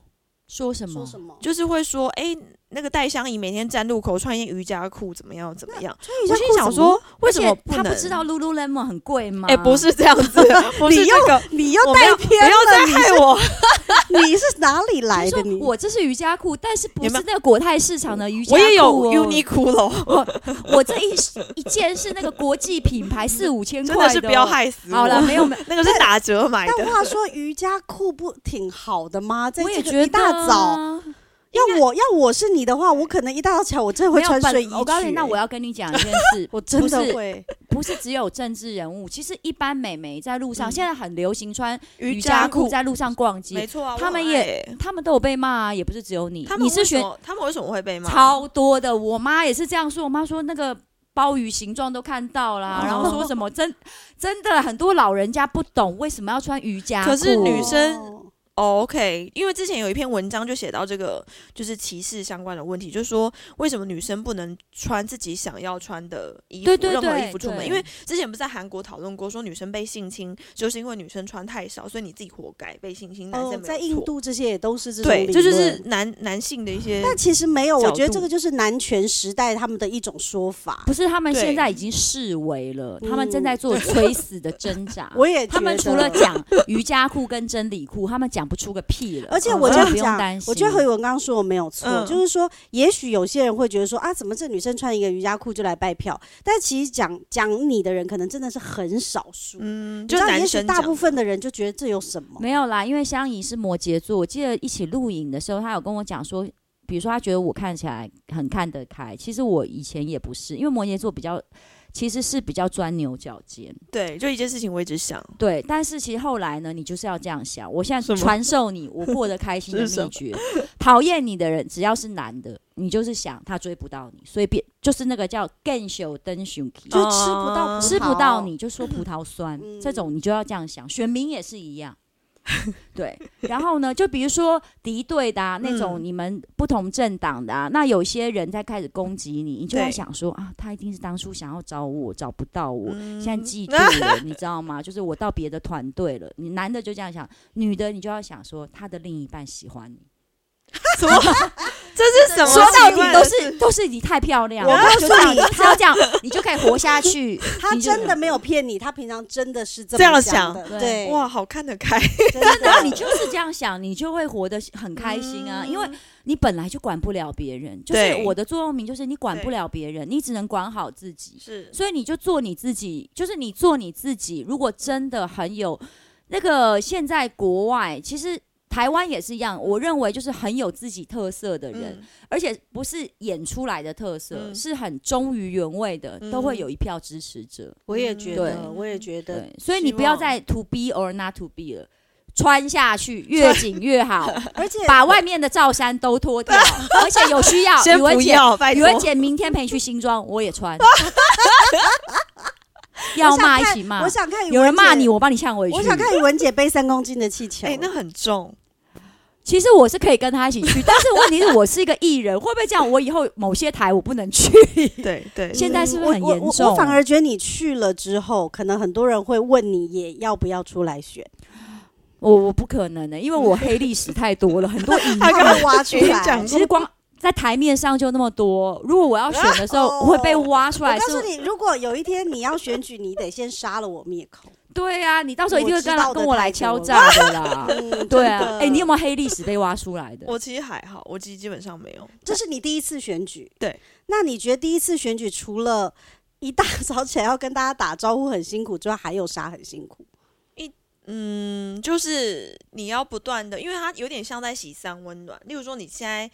Speaker 4: 说什么？
Speaker 3: 说什么？
Speaker 5: 就是会说，哎、那个戴香怡每天站路口穿一件瑜伽裤，怎么样怎么样？
Speaker 3: 穿瑜
Speaker 5: 我
Speaker 3: 伽
Speaker 5: 心
Speaker 3: 裤
Speaker 5: 想
Speaker 3: 怎么
Speaker 5: 说，为什么
Speaker 4: 而且他
Speaker 5: 能？
Speaker 4: 不知道 Lululemon 很贵吗？
Speaker 5: 哎、不，是这样 子，不是
Speaker 3: 你又
Speaker 5: 这个，
Speaker 3: 你又
Speaker 5: 我没
Speaker 3: 带
Speaker 5: 有
Speaker 3: 偏
Speaker 5: 不要再害
Speaker 3: 了，
Speaker 5: 我。
Speaker 3: 你 是你是哪里来
Speaker 4: 就
Speaker 3: 的？
Speaker 4: 说
Speaker 3: 你
Speaker 4: 我这是瑜伽裤，但是不
Speaker 5: 有
Speaker 4: 是
Speaker 5: 没有
Speaker 4: 那个国泰市场的瑜伽裤、
Speaker 5: 我
Speaker 4: 哦、
Speaker 5: 也有 Uniqlo，
Speaker 4: 我这一 一件是那个国际品牌四五千块
Speaker 5: 真的是
Speaker 4: 哦
Speaker 5: 不要。害死我。
Speaker 4: 好了，没有 没有。
Speaker 5: 那个是打折买
Speaker 3: 但
Speaker 5: 的。
Speaker 3: 话说瑜伽裤不挺好的吗？在
Speaker 4: 我也
Speaker 3: 这
Speaker 4: 觉得
Speaker 3: 个一大早，
Speaker 4: 啊
Speaker 3: 要我要我是你的话，我可能一大早起来我真的会
Speaker 4: 没有
Speaker 3: 穿
Speaker 4: 本
Speaker 3: 睡衣去。
Speaker 4: 我告诉你，那我
Speaker 3: 要，
Speaker 4: 要跟你讲一件事
Speaker 3: 我真的
Speaker 4: 不是
Speaker 3: 会
Speaker 4: 不是只有政治人物，其实一般美眉在路上、
Speaker 5: 嗯
Speaker 4: 现在很流行穿
Speaker 5: 瑜
Speaker 4: 伽
Speaker 5: 裤，
Speaker 4: 在路上逛街
Speaker 5: 没，错啊，
Speaker 4: 他们
Speaker 5: 我很爱欸。
Speaker 4: 他们都有被骂啊，也不是只有你
Speaker 5: 他，们
Speaker 4: 你是
Speaker 5: 为什
Speaker 4: 选
Speaker 5: 么？他们为什么会被骂？
Speaker 4: 超多的，我妈也是这样说。我妈说那个鲍鱼形状都看到啦，
Speaker 5: 哦
Speaker 4: 然后说什么真真的很多老人家不懂为什么要穿瑜伽裤
Speaker 5: 可是女生
Speaker 3: 哦
Speaker 5: OK，因为之前有一篇文章就写到这个就是歧视相关的问题，就是说为什么女生不能穿自己想要穿的衣服，
Speaker 4: 对对
Speaker 5: 任何
Speaker 4: 对
Speaker 5: 衣服出门？
Speaker 4: 对
Speaker 5: 因为之前不是在韩国讨论过，说女生被性侵就是因为女生穿太少，所以你自己活该被性侵，男生没
Speaker 3: 哦，
Speaker 5: 有错。
Speaker 3: 在印度这些也都是这种
Speaker 5: 对，
Speaker 3: 理
Speaker 5: 这就
Speaker 3: 论
Speaker 5: 是男男性的一些，
Speaker 3: 但其实没有，我
Speaker 5: 角
Speaker 3: 觉得这
Speaker 5: 度
Speaker 3: 个就是男权时代他们的一种说法。
Speaker 4: 不是他们
Speaker 5: 对
Speaker 4: 现在已经视为了，
Speaker 3: 嗯。
Speaker 4: 他们正在做垂死的挣扎
Speaker 3: 我也
Speaker 4: 他们
Speaker 3: 觉
Speaker 4: 除了
Speaker 3: 得
Speaker 4: 讲瑜伽裤跟真理裤，他们讲不出个屁了。
Speaker 3: 而且
Speaker 4: 嗯
Speaker 3: 哦我这
Speaker 4: 所以
Speaker 3: 样
Speaker 4: 不用
Speaker 3: 讲
Speaker 4: 担，心
Speaker 3: 我觉得何宇文刚刚说的没有错，
Speaker 5: 嗯
Speaker 3: 就是说，也许有些人会觉得说啊，怎么这女生穿一个瑜伽裤就来拜票？但其实讲讲你的人，可能真的是很少数。
Speaker 5: 嗯，
Speaker 3: 你
Speaker 5: 就
Speaker 3: 知道
Speaker 5: 男
Speaker 3: 也许
Speaker 5: 生
Speaker 3: 大
Speaker 5: 讲
Speaker 3: 部分的人就觉得这有什么？
Speaker 4: 没有啦，因为香姨是摩羯座，我记得一起录影的时候，她有跟我讲说，比如说她觉得我看起来很看得开，其实我以前也不是，因为摩羯座比较其实是比较钻牛角尖，
Speaker 5: 对，就一件事情我一直想，
Speaker 4: 对。但是其实后来呢，你就是要这样想。我现
Speaker 5: 什
Speaker 4: 在
Speaker 5: 么
Speaker 4: 传授你我过得开心的
Speaker 5: 是什么
Speaker 4: 秘诀：讨厌你的人只要是男的，你就是想他追不到你，所以变就是那个叫更朽登雄
Speaker 3: 就
Speaker 5: 哦
Speaker 3: 吃不到
Speaker 5: 啊
Speaker 4: 吃不到
Speaker 3: 葡萄
Speaker 4: 你就说葡萄酸，
Speaker 3: 嗯
Speaker 4: 这种你就要这样想。选民也是一样， 对。然后呢，就比如说敌对的、啊、那种
Speaker 5: 嗯
Speaker 4: 你们不同政党的、啊，那有些人在开始攻击你，你就
Speaker 5: 对
Speaker 4: 会想说啊，他一定是当初想要找我，找不到我，现
Speaker 3: 嗯
Speaker 5: 嗯
Speaker 4: 在 嫉妒了，你知道吗？就是我到别的团队了。你男的就这样想，女的你就要想说他的另一半喜欢你。
Speaker 5: 什么？这是什么？
Speaker 4: 说到底都是都是你太漂亮了，
Speaker 3: 我告诉
Speaker 4: 就这样
Speaker 3: 你啊
Speaker 4: 只要这样你就可以活下去。
Speaker 3: 他
Speaker 4: 你就
Speaker 3: 真的没有骗你，他平常真的是这
Speaker 5: 这
Speaker 3: 么
Speaker 5: 样
Speaker 3: 想
Speaker 5: 想
Speaker 3: 的。
Speaker 4: 对
Speaker 3: 对，
Speaker 5: 哇，，好看得开，
Speaker 3: 真的，
Speaker 4: 你就是这样想，你就会活得很开心
Speaker 3: 嗯
Speaker 4: 啊，因为你本来就管不了别人。就是
Speaker 5: 对
Speaker 4: 我的座右铭，就是你管不
Speaker 5: 对
Speaker 4: 了别人，你只能管好自己。
Speaker 5: 是
Speaker 4: 所以你就做你自己，就是你做你自己。如果真的很有那个，现在国外其实台湾也是一样，我认为就是很有自己特色的人，
Speaker 5: 嗯
Speaker 4: 而且不是演出来的特色，
Speaker 5: 嗯
Speaker 4: 是很忠于原味的，都会
Speaker 5: 嗯
Speaker 4: 有一票支持者。
Speaker 3: 我也觉
Speaker 4: 对
Speaker 3: 得，我也觉得，
Speaker 4: 对，所以你
Speaker 5: 希
Speaker 4: 不要
Speaker 5: 望
Speaker 4: 再 to be or not to be 了。穿下 去越紧越好，
Speaker 3: 而且
Speaker 4: 把外面的罩衫都脱 掉，而且有需要，
Speaker 5: 先
Speaker 4: 宇文
Speaker 5: 不
Speaker 4: 姐，
Speaker 5: 要，拜
Speaker 4: 宇
Speaker 5: 托
Speaker 4: 文。姐明天陪你去新庄，我也 穿。要骂一起骂
Speaker 3: 我，想看宇
Speaker 4: 有人
Speaker 3: 文
Speaker 4: 骂
Speaker 3: 姐
Speaker 4: 你，，我帮你呛回去。
Speaker 3: 我想看宇文姐背三公斤的气球。
Speaker 5: 哎、那很重，
Speaker 4: 其实我是可以跟他一起去， 但是问题是我是一个艺人，会不会这样？我以后某些台我不能 去。
Speaker 5: 对对，
Speaker 4: 现在是不是
Speaker 3: 我
Speaker 4: 很
Speaker 3: 嗯我
Speaker 4: 严
Speaker 3: 我
Speaker 4: 重？
Speaker 3: 我反而觉得你去了之后，可能很多人会问你也要不要出 来选，
Speaker 4: 我我不可能的，因为我黑历史太多了，很多影
Speaker 3: 他
Speaker 5: 刚
Speaker 3: 们挖出
Speaker 5: 跟你
Speaker 3: 来。
Speaker 5: 讲
Speaker 4: 其实光在台面上就那么多，如果我要选的时
Speaker 3: 啊
Speaker 4: 候，
Speaker 3: 哦
Speaker 4: 我会被挖出
Speaker 3: 我
Speaker 4: 来
Speaker 3: 告诉
Speaker 4: 是。
Speaker 3: 你，如果有一天你要选举，你得先杀了我 灭口。
Speaker 4: 对啊，你到时候一定会
Speaker 3: 我知
Speaker 4: 跟
Speaker 3: 道的
Speaker 4: 跟我来
Speaker 3: 太
Speaker 4: 敲
Speaker 3: 多了
Speaker 4: 诈的 啦。
Speaker 3: 嗯，
Speaker 4: 对啊，哎，
Speaker 3: 哎、
Speaker 4: 你有没有黑历史被挖出来的？
Speaker 5: 我其实还好，我其实基本上没有。
Speaker 3: 这是你第一次选举，
Speaker 5: 对？
Speaker 3: 那你觉得第一次选举除了一大早起来要跟大家打招呼很辛苦之外，还有啥很辛苦？
Speaker 5: 嗯，就是你要不断的，因为它有点像在洗三温暖。例如说，你现在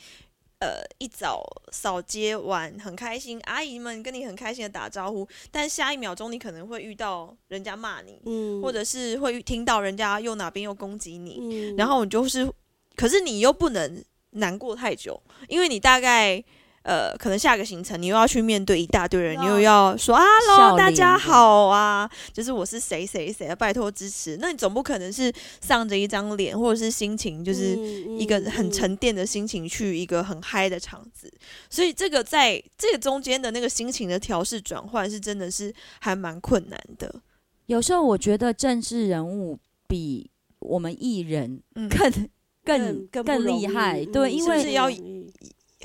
Speaker 5: 呃一早扫街完很开心，阿姨们跟你很开心的打招呼，但下一秒钟你可能会遇到人家骂你，
Speaker 3: 嗯，
Speaker 5: 或者是会听到人家又哪边又攻击你，
Speaker 3: 嗯
Speaker 5: 然后你就是，可是你又不能难过太久，因为你大概。呃，可能下个行程你又要去面对一大堆人，你又要说啊
Speaker 4: 笑脸
Speaker 5: “hello，大家
Speaker 4: 的
Speaker 5: 好啊”，就是我是谁谁谁，啊拜托支持。那你总不可能是丧着一张脸，或者是心情
Speaker 4: 嗯
Speaker 5: 就是
Speaker 3: 嗯
Speaker 5: 一个很沉淀的心情去一个很嗨的场子，所以这个在这个中间的那个心情的调试转换是真的是还蛮困难的。
Speaker 4: 有时候我觉得政治人物比我们艺人
Speaker 5: 嗯，
Speaker 4: 更
Speaker 3: 嗯更嗯
Speaker 4: 更更厉害，对，因
Speaker 5: 不
Speaker 4: 为
Speaker 5: 嗯是要
Speaker 3: 我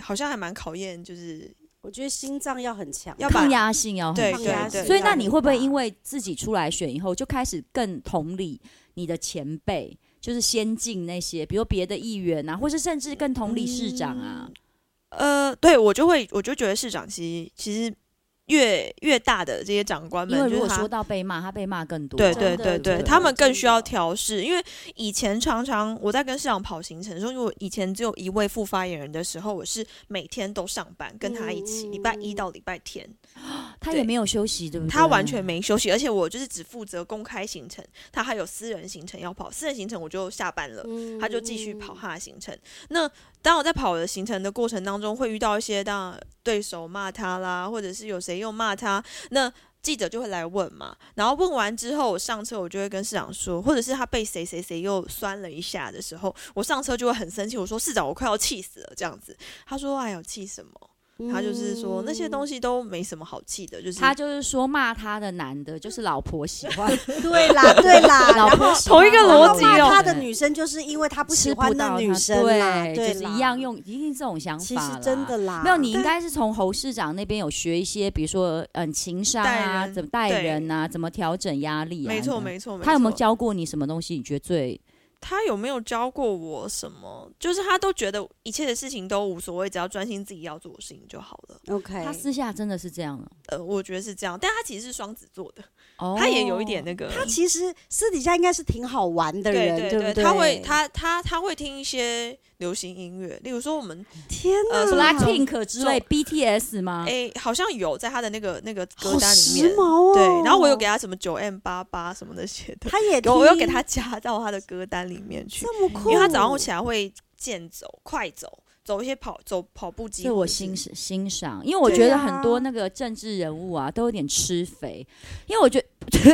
Speaker 5: 好像还蛮考验，就是
Speaker 3: 嗯觉得心脏要很强，
Speaker 5: 要把
Speaker 4: 抗压性要很
Speaker 5: 对
Speaker 3: 抗
Speaker 5: 对
Speaker 3: 压
Speaker 4: 强。
Speaker 5: 对
Speaker 3: 性
Speaker 4: 所以
Speaker 3: 要
Speaker 4: 那你会不会
Speaker 3: 很大
Speaker 4: 因为自己出来选以后，就开始更同理你的前辈，就是先进那些，比如别的议员啊，或是甚至更同理市长啊？
Speaker 5: 呃，对我就会，我就觉得市长其实其实越越大的这些长官们，
Speaker 4: 因为
Speaker 5: 就
Speaker 4: 如果
Speaker 5: 是他
Speaker 4: 说到被骂，他被骂更多啊。
Speaker 5: 对
Speaker 3: 真
Speaker 5: 对
Speaker 3: 的
Speaker 5: 对对，
Speaker 3: 真
Speaker 5: 他们
Speaker 3: 的
Speaker 5: 更
Speaker 3: 真
Speaker 5: 需要
Speaker 3: 的
Speaker 5: 调试，因为以前常常我在跟市长跑行程的时候，因为我以前只有一位副发言人的时候，我是每天都上班跟他一起，礼拜一
Speaker 4: 嗯
Speaker 5: 到礼拜天，
Speaker 4: 他也没有休息，对不对？
Speaker 5: 他完全没休息，而且我就是只负责公开行程，他还有私人行程要跑，私人行程我就下班了，他就继续跑他的行程。那当我在跑的行程的过程当中，会遇到一些当然对手骂他啦，或者是有谁又骂他，那记者就会来问嘛，然后问完之后，我上车我就会跟市长说，或者是他被谁谁谁又酸了一下的时候，我上车就会很生气，我说市长，我快要气死了这样子。他说，哎呦，气什么？他就是说那
Speaker 3: 嗯
Speaker 5: 些东西都没什么好气的，就是
Speaker 4: 他就是说骂他的男的，就是老婆喜 欢，
Speaker 3: 对 啦，对啦，
Speaker 4: 嗯老
Speaker 3: 然后
Speaker 4: 婆喜欢
Speaker 5: 同一个
Speaker 3: 然
Speaker 5: 逻
Speaker 3: 后
Speaker 5: 辑
Speaker 3: 骂
Speaker 5: 哦
Speaker 3: 他的女生就是因为他不喜
Speaker 4: 哎吃
Speaker 3: 欢
Speaker 4: 到
Speaker 3: 那
Speaker 4: 他
Speaker 3: 女生啦，
Speaker 4: 对，
Speaker 3: 对
Speaker 4: 就是
Speaker 3: 啦
Speaker 4: 一样。用，一定是这种想法
Speaker 3: 其实
Speaker 4: 啦
Speaker 3: 真的啦，
Speaker 4: 没有，你应该是从侯市长那边有学一些，比如说嗯情商
Speaker 5: 待
Speaker 4: 啊，
Speaker 5: 人
Speaker 4: 怎么待
Speaker 5: 对
Speaker 4: 人啊，怎么调整压力啊，
Speaker 5: 没错
Speaker 4: 你知道吗
Speaker 5: 没错没错。
Speaker 4: 他有没有教过你什么东西？你觉得最
Speaker 5: 他有没有教过我什么？就是他都觉得一切的事情都无所谓，只要专心自己要做的事情就好了。
Speaker 3: OK，
Speaker 4: 他私下真的是这样啊
Speaker 5: 呃，我觉得是这样，但他其实是双子座的，
Speaker 4: 哦，
Speaker 5: 他也有一点那个。
Speaker 3: 他其实私底下应该是挺好玩的人，
Speaker 5: 对
Speaker 3: 不
Speaker 5: 对，
Speaker 3: 对？
Speaker 5: 他会他他他会听一些流行音乐，例如说我们
Speaker 3: 天
Speaker 5: 呃
Speaker 3: 哪，
Speaker 5: 什么
Speaker 4: Blackpink 之类 BTS 吗？
Speaker 5: 诶、好像有在他的那个那个歌
Speaker 3: 好
Speaker 5: 单里
Speaker 3: 时
Speaker 5: 面，
Speaker 3: 髦哦。
Speaker 5: 对，然后我有给，他什么九 M 八八什么那些的，
Speaker 3: 他也
Speaker 5: 有我有
Speaker 3: 听
Speaker 5: 给他加到他的歌单里面去，
Speaker 3: 这么酷，
Speaker 5: 因为他早上起来会健走、快走，走一些跑走跑步机，
Speaker 4: 这我欣赏欣赏，因为我
Speaker 3: 对
Speaker 4: 觉得
Speaker 3: 啊
Speaker 4: 很多那个政治人物啊，都有点吃肥，因为我觉得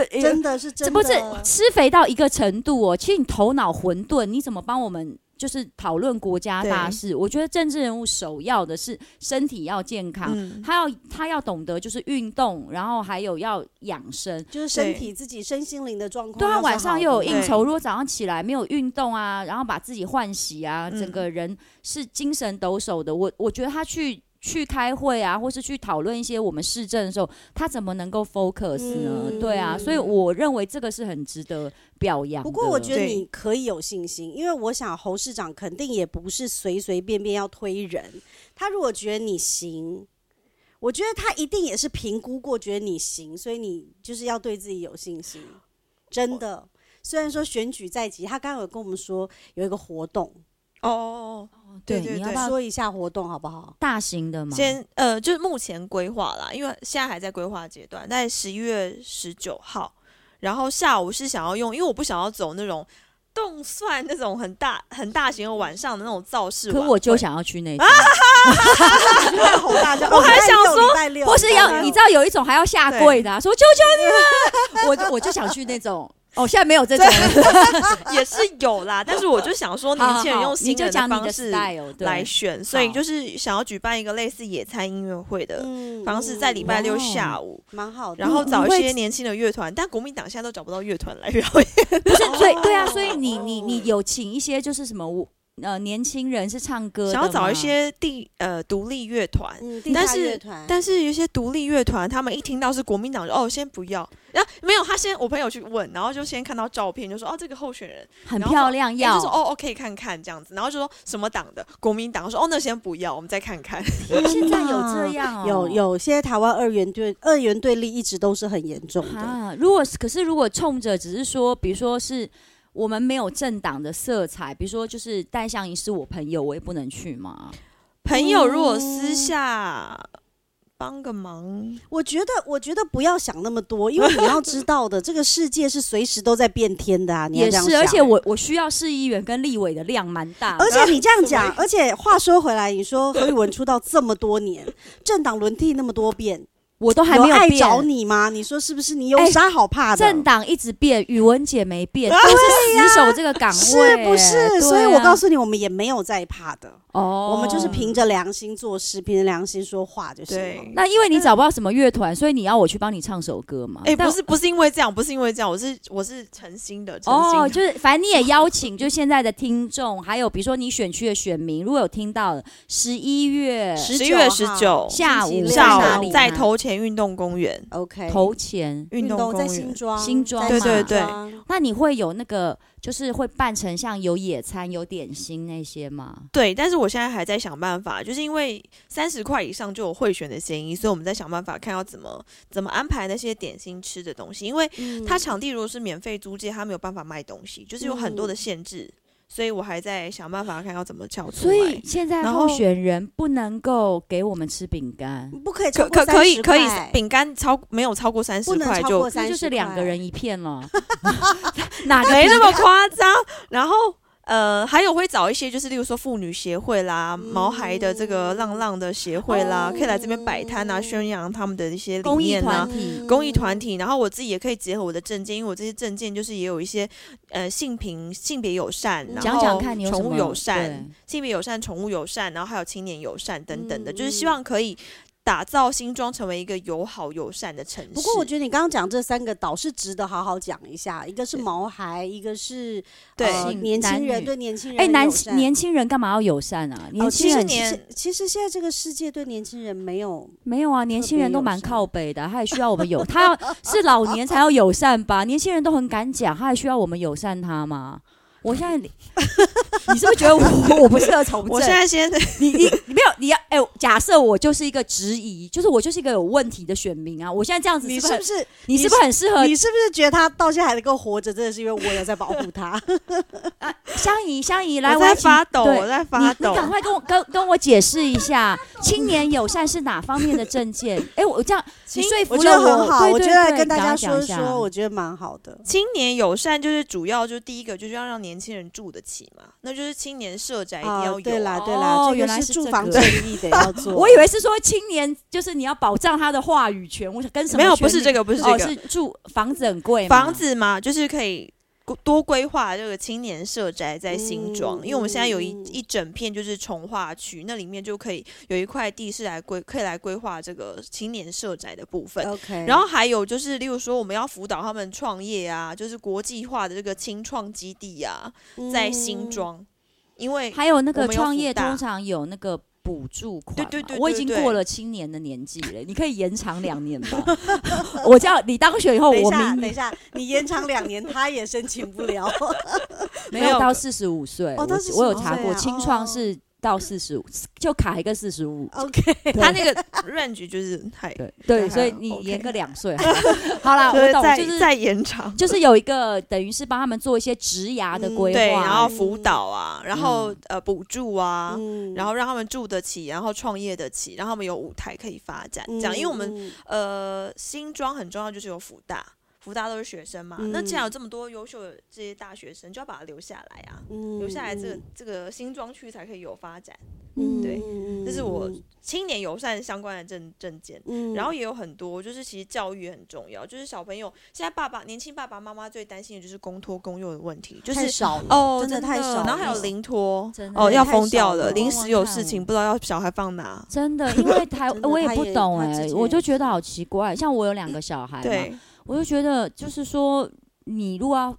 Speaker 5: 哎
Speaker 3: 真的是真
Speaker 4: 这
Speaker 3: 的，
Speaker 4: 不是吃肥到一个程度哦，其实你头脑混沌，你怎么帮我们就是讨论国家大事？我觉得政治人物首要的是身体要健康，
Speaker 5: 嗯，
Speaker 4: 他要他要懂得就是运动，然后还有要养生。
Speaker 3: 就是身体自己身心灵的状况。
Speaker 4: 对啊，晚上又有应
Speaker 5: 对
Speaker 4: 酬，如果早上起来没有运动啊，然后把自己换洗啊，整
Speaker 5: 嗯
Speaker 4: 个人是精神抖擞的。我我觉得他去去开会啊，或是去讨论一些我们市政的时候，他怎么能够 focus 呢？
Speaker 3: 嗯
Speaker 4: 对啊，所以我认为这个是很值得表扬的。
Speaker 3: 不过我觉得
Speaker 5: 对
Speaker 3: 你可以有信心，因为我想侯市长肯定也不是随随便便要推人。他如果觉得你行，我觉得他一定也是评估过，觉得你行，所以你就是要对自己有信心。真的，虽然说选举在即，他刚刚有跟我们说有一个活动，
Speaker 4: 啊
Speaker 5: 哦哦哦，对对
Speaker 4: 你要
Speaker 5: 对
Speaker 4: 不要
Speaker 3: 说一下活动好不好？
Speaker 4: 大型的嘛？
Speaker 5: 先呃，就是目前规划啦，因为现在还在规划阶段，在十一月十九号，然后下午是想要用，因为我不想要走那种动算那种很大很大型的晚上的那种造势晚
Speaker 4: 可
Speaker 5: 会，啊
Speaker 4: 我就想要去那种，
Speaker 3: 侯大家，
Speaker 5: 我还想说
Speaker 3: 礼拜六，
Speaker 4: 或是
Speaker 3: 礼拜
Speaker 4: 要
Speaker 5: 啊
Speaker 3: 六
Speaker 4: 你知道有一种还要下跪的、啊，说求求你了，我我就想去那种。哦，现在没有这种，
Speaker 5: 也是有啦，但是我就想
Speaker 4: 好
Speaker 5: 说年轻人
Speaker 4: 好
Speaker 5: 用
Speaker 4: 你
Speaker 5: 新
Speaker 4: 就
Speaker 5: 人
Speaker 4: 讲你
Speaker 5: 方
Speaker 4: 的
Speaker 5: 式
Speaker 4: style 对
Speaker 5: 来选，所以
Speaker 4: 好
Speaker 5: 就是想要举办一个类似野餐音乐会的
Speaker 3: 嗯
Speaker 5: 方式，在礼拜六
Speaker 4: 哇哦
Speaker 5: 下午。
Speaker 3: 蛮好的，
Speaker 5: 然后
Speaker 4: 你
Speaker 5: 找一
Speaker 4: 会
Speaker 5: 些年轻的乐团，但国民党现在都找不到乐团来表 演。
Speaker 4: 不是，所以对啊，所以你你你有请一些就是什么舞呃年轻人是唱歌的吗，
Speaker 5: 想要找一些地呃独立乐团，
Speaker 3: 嗯，地
Speaker 5: 但
Speaker 3: 下
Speaker 5: 是
Speaker 3: 乐团
Speaker 5: 但是有一些独立乐团，他们一听到是国民党，就哦，先不要。然后没有，他先我朋友去问，然后就先看到照片，就说哦，这个候选人
Speaker 4: 很漂亮，
Speaker 5: 然
Speaker 4: 要
Speaker 5: 后说，就说哦，哦，可以看看这样子，然后就说什么党的，国民党，我说哦，那先不要，我们再看看。
Speaker 4: 现在有
Speaker 3: 嗯
Speaker 4: 这样哦，
Speaker 3: 有有些台湾二元对二元对立一直都是很严重的，
Speaker 4: 啊。如果是可是如果冲着只是说，比如说是我们没有政党的色彩，比如说就是戴相仪是我朋友，我也不能去嘛。
Speaker 5: 朋友如果
Speaker 4: 哦
Speaker 5: 私下帮个忙，
Speaker 3: 我觉得我觉得不要想那么多，因为你要知 道的，这个世界是随时都在变天的啊，你要
Speaker 4: 也
Speaker 3: 这样
Speaker 4: 是，
Speaker 3: 想
Speaker 4: 而且我我需要市议员跟立委的量蛮大的，
Speaker 3: 而且你这样 讲，而且话说回来，你说何宇文出道这么多年， 政党轮替那么多遍，
Speaker 4: 我都还没
Speaker 3: 有爱
Speaker 4: 变。
Speaker 3: 找你啊吗？你说是不是？你有
Speaker 4: 哎
Speaker 3: 啥好怕的？
Speaker 4: 政党一直变，宇文姐没 变，都是死守这个岗位，
Speaker 3: 是不
Speaker 4: 对啊
Speaker 3: 是？所以我告诉你，我们也没有在怕的，
Speaker 4: 哦，
Speaker 3: 我们就是凭着良心做事，凭着良心说话就行了。
Speaker 5: 对。
Speaker 4: 那因为你找不到什么乐团，所以你要我去帮你唱首歌嘛？
Speaker 5: 哎、
Speaker 4: 但
Speaker 5: 嗯不是不是因为这样，不是因为这样，我是我是诚心的，诚心的。
Speaker 4: 哦，就是反正你也邀请，就现在的听众，还有比如说你选区的选民，如果有听到的，十一月
Speaker 5: 十月十九
Speaker 4: 下午
Speaker 3: 星期六
Speaker 5: 下
Speaker 4: 哪
Speaker 5: 午
Speaker 4: 里啊
Speaker 5: 在
Speaker 4: 呢
Speaker 5: 头前运动公园，
Speaker 3: ，OK，
Speaker 4: 投钱，
Speaker 5: 运动公
Speaker 3: 在
Speaker 5: 园
Speaker 3: 新庄，
Speaker 4: 新庄
Speaker 3: 在
Speaker 5: 嘛对对
Speaker 3: 庄
Speaker 4: 那你会有那个就是会办成像有野餐、有点心那些吗？
Speaker 5: 对，但是我现在还在想办法，就是因为三十块以上就有贿选的嫌疑，所以我们在想办法看要怎么怎么安排那些点心吃的东西。因为
Speaker 3: 嗯
Speaker 5: 它场地如果是免费租借，它没有办法卖东西，就是有很
Speaker 3: 嗯
Speaker 5: 多的限制，所以我还在想办法看要怎么撬出
Speaker 4: 所
Speaker 5: 来。
Speaker 4: 以现在
Speaker 5: 然
Speaker 4: 候
Speaker 5: 后
Speaker 4: 选人不能够给我们吃饼干，
Speaker 3: 不可以超
Speaker 5: 可
Speaker 3: 过
Speaker 5: 可可以
Speaker 3: 30
Speaker 5: 可以
Speaker 3: 块，
Speaker 5: 饼干超没有超过三十
Speaker 3: 不能
Speaker 5: 块
Speaker 3: 超
Speaker 5: 就
Speaker 3: 过三
Speaker 4: 这
Speaker 3: 十，
Speaker 4: 就是两个人一片了，哪个
Speaker 5: 没那
Speaker 4: 饼
Speaker 5: 么夸张。然后呃，还有会找一些就是例如说妇女协会啦、毛孩的这个浪浪的协会啦，可以来这边摆摊啊，宣扬他们的一些
Speaker 4: 嗯
Speaker 5: 理
Speaker 4: 公益
Speaker 5: 念啊
Speaker 4: 团。
Speaker 3: 嗯
Speaker 4: 体，
Speaker 5: 公益团体，然后我自己也可以结合我的证件，因为我这些证件就是也有一些呃性平、性别友善，然
Speaker 4: 讲
Speaker 5: 后
Speaker 4: 讲看你有什
Speaker 5: 宠物
Speaker 4: 么
Speaker 5: 友善、
Speaker 4: 对
Speaker 5: 性别友善、宠物友善，然后还有青年友善等等的，
Speaker 3: 嗯
Speaker 5: 就是希望可以打造新庄成为一个友好友善的城市。
Speaker 3: 不过我觉得你刚刚讲这三个岛是值得好好讲一下，一个是毛孩，一个是
Speaker 5: 对
Speaker 3: 呃
Speaker 4: 性
Speaker 3: 年轻
Speaker 4: 男
Speaker 3: 人
Speaker 4: 女
Speaker 3: 对年轻人
Speaker 4: 哎，
Speaker 3: 的
Speaker 4: 男
Speaker 3: 友善
Speaker 4: 年轻人干嘛要友善啊？年
Speaker 3: 哦
Speaker 4: 轻
Speaker 3: 其
Speaker 4: 人
Speaker 3: 实
Speaker 5: 其实
Speaker 3: 其实其实现在这个世界对年轻人没有
Speaker 4: 没有啊，年轻人都蛮
Speaker 3: 友善
Speaker 4: 靠北的，他也需要我们友，他 要是老年才要友善吧？年轻人都很敢讲，他还需要我们友善他吗？我现在， 你是不是觉得我我不适合从
Speaker 5: 我
Speaker 4: 政
Speaker 5: 现？在先
Speaker 4: 你你你没有你要哎、假设我就是一个质疑，就是我就是一个有问题的选民啊！我现在这样子
Speaker 3: 你
Speaker 4: 是
Speaker 3: 是
Speaker 4: 不是
Speaker 3: 不
Speaker 4: 很
Speaker 3: 是
Speaker 4: 你是不是很适合
Speaker 3: 你是不是觉得他到现在还能够活着，真的是因为我有在保护他？
Speaker 4: 相宜相宜来？
Speaker 5: 我
Speaker 4: 我要
Speaker 5: 在
Speaker 4: 请
Speaker 5: 发抖，
Speaker 4: 对
Speaker 5: 我在
Speaker 4: 你
Speaker 5: 发
Speaker 4: 你
Speaker 5: 抖。
Speaker 4: 赶快跟我跟跟我解释一 下，青年友善是哪方面的证件？哎、我这样你 说服
Speaker 3: 我觉
Speaker 4: 了
Speaker 3: 得很好，
Speaker 4: 对
Speaker 3: 我觉
Speaker 4: 对
Speaker 3: 得
Speaker 4: 对
Speaker 3: 跟大
Speaker 4: 你赶快
Speaker 3: 家
Speaker 4: 讲
Speaker 3: 说
Speaker 4: 一
Speaker 3: 一
Speaker 4: 下啊
Speaker 3: 说，我觉得蛮好的。
Speaker 5: 青年友善就是主要就是第一个就是要让年轻人住得起嘛，那就是青年社宅一定
Speaker 3: 啊
Speaker 5: 要有、啊
Speaker 3: 对啦，对
Speaker 4: 哦
Speaker 3: 啦，这
Speaker 4: 原
Speaker 3: 个
Speaker 4: 来
Speaker 3: 是
Speaker 4: 是
Speaker 3: 住
Speaker 4: 这
Speaker 3: 房
Speaker 4: 个
Speaker 3: 正 义得要做。
Speaker 4: 我以为是说青年就是你要保障他的话语权，我想跟什么
Speaker 5: 没有，
Speaker 4: 权
Speaker 5: 不是
Speaker 4: 利
Speaker 5: 这个，不是这
Speaker 4: 哦，
Speaker 5: 个，
Speaker 4: 是住房子很贵吗，
Speaker 5: 房子嘛，就是可以多多规划这个青年社宅在新庄，
Speaker 3: 嗯
Speaker 5: 因为我们现在有一
Speaker 3: 嗯
Speaker 5: 一整片就是从化区，那里面就可以有一块地是来规可以来规划这个青年社宅的部分。
Speaker 3: OK，
Speaker 5: 然后还有就是，例如说，我们要辅导他们创业啊，就是国际化的这个青创基地啊，
Speaker 4: 嗯
Speaker 3: 嗯
Speaker 5: 在新庄，因为
Speaker 4: 还有那
Speaker 5: 我
Speaker 4: 个
Speaker 5: 们有
Speaker 4: 创
Speaker 5: 辅
Speaker 4: 业
Speaker 5: 大
Speaker 4: 通常有那个补助款嘛，
Speaker 5: 对对对对
Speaker 4: 我已经
Speaker 5: 对
Speaker 4: 过了青年的年纪了，你可以延长两年吧。 我叫你当选以后，
Speaker 3: 等一
Speaker 4: 哦我
Speaker 3: 下，
Speaker 4: 明
Speaker 3: 等一
Speaker 4: 年
Speaker 3: 下，你延长两年，他也申请 不了。
Speaker 4: 没
Speaker 5: 没有
Speaker 4: 有到四十五岁，
Speaker 3: 哦
Speaker 4: 我
Speaker 3: 到45
Speaker 4: 我有查过，
Speaker 3: 岁啊
Speaker 4: 青创
Speaker 3: 哦
Speaker 4: 是到四十五，就卡一个四十五。
Speaker 3: OK，
Speaker 5: 他那个 range 就是还
Speaker 4: 对对，
Speaker 5: 还
Speaker 4: 所以
Speaker 5: 好
Speaker 4: 你
Speaker 5: OK
Speaker 4: 延个两 岁好了，好啦，
Speaker 5: 对
Speaker 4: 我懂，
Speaker 5: 再
Speaker 4: 就是
Speaker 5: 再延长。
Speaker 4: 就是有一个等于是帮他们做一些职涯的
Speaker 3: 嗯
Speaker 4: 规划，
Speaker 5: 对，然后辅导啊，然后、
Speaker 4: 嗯
Speaker 5: 呃补助啊，
Speaker 3: 嗯
Speaker 5: 然后让他们住得起，然后创业得起，让他们有舞台可以发展。这样，因为我们
Speaker 3: 嗯
Speaker 5: 呃新庄很重要，就是有福大，福大都是学生嘛。那既然有这么多优秀的这些大学生，就要把它留下来啊，
Speaker 3: 嗯
Speaker 5: 留下来这个这个新庄区才可以有发展。
Speaker 4: 嗯
Speaker 5: 对
Speaker 3: 嗯
Speaker 5: 这是我青年友善相关的证证件。
Speaker 3: 嗯
Speaker 5: 然后也有很多，就是其实教育也很重要，就是小朋友现在爸爸年轻爸爸妈妈最担心的就是公托公幼的问题，就
Speaker 3: 太
Speaker 5: 是
Speaker 3: 少了
Speaker 5: 哦，
Speaker 3: 真的太少了，
Speaker 5: 然后还有零托
Speaker 4: 真，的
Speaker 5: 哦，要
Speaker 3: 太
Speaker 5: 疯掉
Speaker 3: 少
Speaker 5: 了，嗯
Speaker 3: 了
Speaker 5: 临
Speaker 4: 我
Speaker 5: 时有
Speaker 4: 看
Speaker 5: 事情
Speaker 4: 我
Speaker 5: 不知道要小孩放哪。
Speaker 4: 真 的，因为台
Speaker 3: 真的
Speaker 4: 我也
Speaker 3: 他
Speaker 4: 不
Speaker 3: 也
Speaker 4: 懂
Speaker 3: 他
Speaker 4: 哎、
Speaker 3: 自己
Speaker 4: 我
Speaker 3: 也
Speaker 4: 就是觉得好奇怪。像我有两个小孩嘛，
Speaker 5: 对，
Speaker 4: 我就觉得就是说，你如果要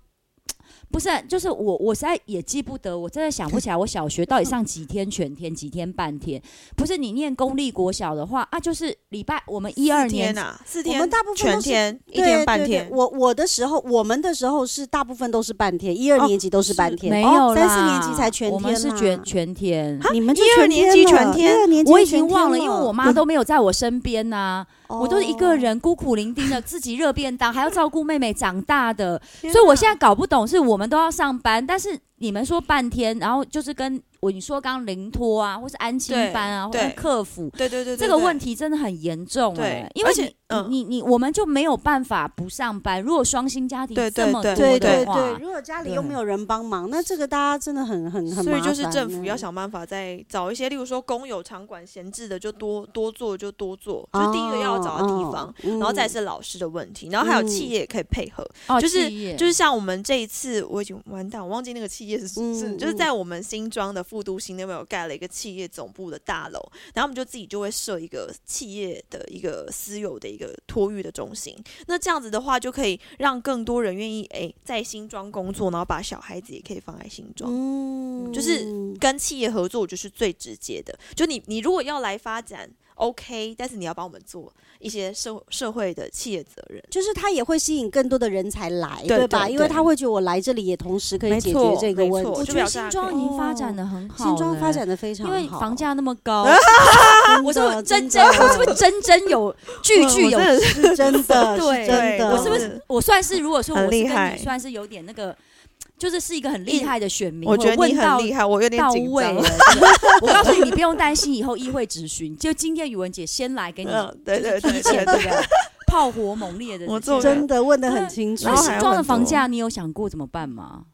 Speaker 4: 不是，啊就是我我实在也记不得，我真的想不起来我小学到底
Speaker 3: 嗯
Speaker 4: 上几天全天，几天半天。不是你念公立国小的话啊，就是礼拜我们一
Speaker 5: 四
Speaker 4: 二
Speaker 5: 天
Speaker 4: 年
Speaker 3: 啊
Speaker 4: 哦
Speaker 5: 呐，四
Speaker 3: 我
Speaker 5: 天
Speaker 3: 们大部分
Speaker 5: 全
Speaker 3: 都是
Speaker 5: 天，一
Speaker 3: 对
Speaker 5: 天半
Speaker 3: 对对
Speaker 5: 天。
Speaker 3: 我我的时候，我们的时候是大部分都是半天，一二
Speaker 5: 哦
Speaker 3: 年级都是半
Speaker 5: 是
Speaker 3: 天，
Speaker 4: 没有啦，
Speaker 3: 哦三四年级才全天
Speaker 4: 我
Speaker 3: 啦。
Speaker 4: 们是全全天。啊
Speaker 3: 你们就
Speaker 5: 一二
Speaker 3: 全
Speaker 5: 年
Speaker 3: 天
Speaker 5: 级
Speaker 3: 了
Speaker 5: 全天
Speaker 3: 一二年级
Speaker 4: 我已
Speaker 3: 全
Speaker 4: 经
Speaker 3: 天
Speaker 4: 忘了，因为
Speaker 3: 了
Speaker 4: 我妈都没有在我身边呐、我都是一个
Speaker 3: 哦
Speaker 4: 人孤苦伶仃的，自己热便当，还要照顾妹妹长大的，
Speaker 5: 天
Speaker 4: 所以我现
Speaker 5: 哪
Speaker 4: 在搞不懂，是我们都要上班，但是你们说半天，然后就是跟我你说刚零托啊，或是安亲班啊，或
Speaker 5: 对
Speaker 4: 者客服。
Speaker 5: 对对对，
Speaker 4: 这个问
Speaker 5: 题
Speaker 4: 题真的很严重
Speaker 5: 对
Speaker 4: 哎、因为
Speaker 5: 而且
Speaker 4: 你、
Speaker 5: 嗯
Speaker 4: 你你我们就没有办法不上班。如果双薪家庭
Speaker 5: 对对
Speaker 4: 这么多
Speaker 5: 对
Speaker 3: 对
Speaker 4: 的
Speaker 3: 对
Speaker 4: 话，
Speaker 3: 对，如果家里又没有人帮忙，那这个大家真的很很很麻
Speaker 5: 所
Speaker 3: 烦。
Speaker 5: 以
Speaker 3: 哦
Speaker 5: 就是政府要，想办法再找一些，例如说公有场馆闲置的就多多做就多做，就是第一个要找到地方，
Speaker 3: 嗯
Speaker 5: 然后再是老师的问题，然后还有企业也可以配合，
Speaker 4: 哦，
Speaker 5: 就是
Speaker 4: 企业
Speaker 5: 就是像我们这一次，我已经完蛋，我忘记那个企业是是，
Speaker 3: 嗯
Speaker 5: 就是在我们新庄的副都新那边有盖了一个企业总部的大楼，然后我们就自己就会设一个企业的一个私有的一个托育的中心。那这样子的话，就可以让更多人愿意诶在新庄工作，然后把小孩子也可以放在新庄。
Speaker 3: 嗯
Speaker 5: 就是跟企业合作，我觉得是最直接的。就你，你如果要来发展，OK，但是你要帮我们做一些社社会的企业责任。
Speaker 3: 就是他也会吸引更多的人才来，
Speaker 5: 对
Speaker 3: 吧？
Speaker 5: 对
Speaker 3: 因为
Speaker 5: 对
Speaker 3: 他会觉得我来这里也同时可以
Speaker 5: 没
Speaker 3: 解
Speaker 5: 错
Speaker 3: 决这个
Speaker 5: 没
Speaker 3: 问
Speaker 5: 错
Speaker 3: 题
Speaker 4: 我。
Speaker 5: 就
Speaker 4: 觉
Speaker 5: 表嗯
Speaker 4: 得
Speaker 5: 示它
Speaker 4: 新
Speaker 5: 可
Speaker 4: 庄
Speaker 5: 以
Speaker 4: 已经发展的很好、了
Speaker 3: 新庄发展的非常
Speaker 4: 因
Speaker 3: 好，
Speaker 4: 为房价那么 高，
Speaker 3: 真
Speaker 4: 我是
Speaker 3: 的
Speaker 4: 不是真真，
Speaker 3: 真的
Speaker 4: 我是不是真真有句句有
Speaker 5: 嗯我真的是
Speaker 3: 是真 的，
Speaker 4: 对
Speaker 3: 是真的，
Speaker 4: 我是不
Speaker 5: 真
Speaker 4: 是我算是如果说我
Speaker 5: 嗯很
Speaker 4: 是
Speaker 5: 厉
Speaker 4: 跟
Speaker 5: 害
Speaker 4: 你算是有点那个，就是是一个很厉害的选民，
Speaker 5: 我觉得你
Speaker 4: 问
Speaker 5: 很
Speaker 4: 到
Speaker 5: 厉害，我有点
Speaker 4: 到
Speaker 5: 紧
Speaker 4: 位
Speaker 5: 张
Speaker 4: 了。。我告诉你，你不用担心，以后议会质询，就今天宇文姐先来给你
Speaker 5: 嗯，对对
Speaker 4: 提
Speaker 5: 对
Speaker 4: 前
Speaker 5: 对
Speaker 4: 这
Speaker 5: 对，
Speaker 4: 个炮火猛烈的这些。
Speaker 5: 我做
Speaker 3: 真的问的很清楚
Speaker 5: 然
Speaker 4: 那
Speaker 5: 后。
Speaker 4: 新
Speaker 5: 还有
Speaker 4: 庄的
Speaker 5: 很
Speaker 4: 房
Speaker 5: 多
Speaker 4: 价，你有想过怎么办吗？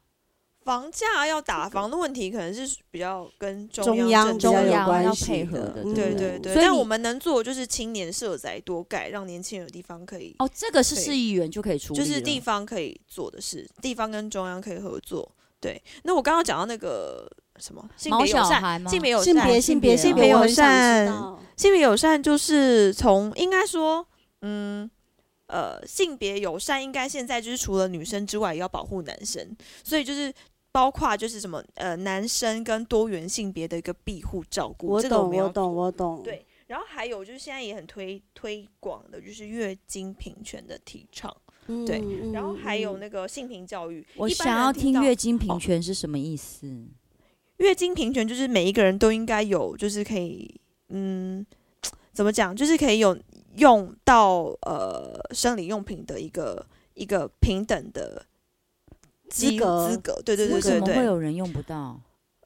Speaker 5: 房价要打房的问题，可能是比较跟
Speaker 3: 中央
Speaker 5: 央
Speaker 3: 比较
Speaker 5: 中
Speaker 3: 有
Speaker 4: 央
Speaker 3: 关
Speaker 4: 要
Speaker 3: 系
Speaker 4: 配合
Speaker 3: 的
Speaker 4: 的，
Speaker 3: 嗯
Speaker 5: 对
Speaker 4: 不
Speaker 5: 对对，
Speaker 4: 所以
Speaker 5: 但
Speaker 4: 你
Speaker 5: 我们能做的就是青年社宅多盖，让年轻人有地方可以，
Speaker 4: 哦，这个是
Speaker 5: 对
Speaker 4: 市议员就可以处理
Speaker 5: 就
Speaker 4: 了，
Speaker 5: 是地方可以做的事，地方跟中央可以合作。对，那我刚刚讲到那个什么性
Speaker 4: 毛
Speaker 5: 别友
Speaker 4: 小
Speaker 5: 善，
Speaker 4: 孩吗？
Speaker 5: 性别友
Speaker 3: 性
Speaker 5: 善，
Speaker 3: 别
Speaker 4: 性
Speaker 3: 性
Speaker 4: 别
Speaker 3: 别
Speaker 4: 性
Speaker 3: 性
Speaker 5: 别
Speaker 3: 别
Speaker 5: 友
Speaker 3: 我很想
Speaker 5: 善
Speaker 3: 知道
Speaker 5: 性别友善就是从应该说，嗯，呃，性别友善应该现在就是除了女生之外，也要保护男生，所以就是包括就是什么呃，男生跟多元性别的一个庇护照顾，
Speaker 3: 我
Speaker 5: 这个
Speaker 3: 懂
Speaker 5: 们要
Speaker 3: 我懂我懂，
Speaker 5: 对然后还有就是现在也很推推广的，就是月经平权的提倡，
Speaker 3: 嗯，
Speaker 5: 对
Speaker 3: 嗯
Speaker 5: 然后还有
Speaker 3: 嗯
Speaker 5: 那个性平教育。
Speaker 4: 我
Speaker 5: 一般
Speaker 4: 想
Speaker 5: 人
Speaker 4: 要
Speaker 5: 到
Speaker 4: 听月经平
Speaker 5: 哦
Speaker 4: 权是什么意思？
Speaker 5: 月经平权就是每一个人都应该有，就是可以，嗯，怎么讲，就是可以有用到呃生理用品的一个一个平等的
Speaker 3: 资
Speaker 5: 机
Speaker 3: 格
Speaker 5: 资格，对对对
Speaker 4: 为什
Speaker 5: 对
Speaker 4: 么会
Speaker 5: 对。
Speaker 4: 有人用不到？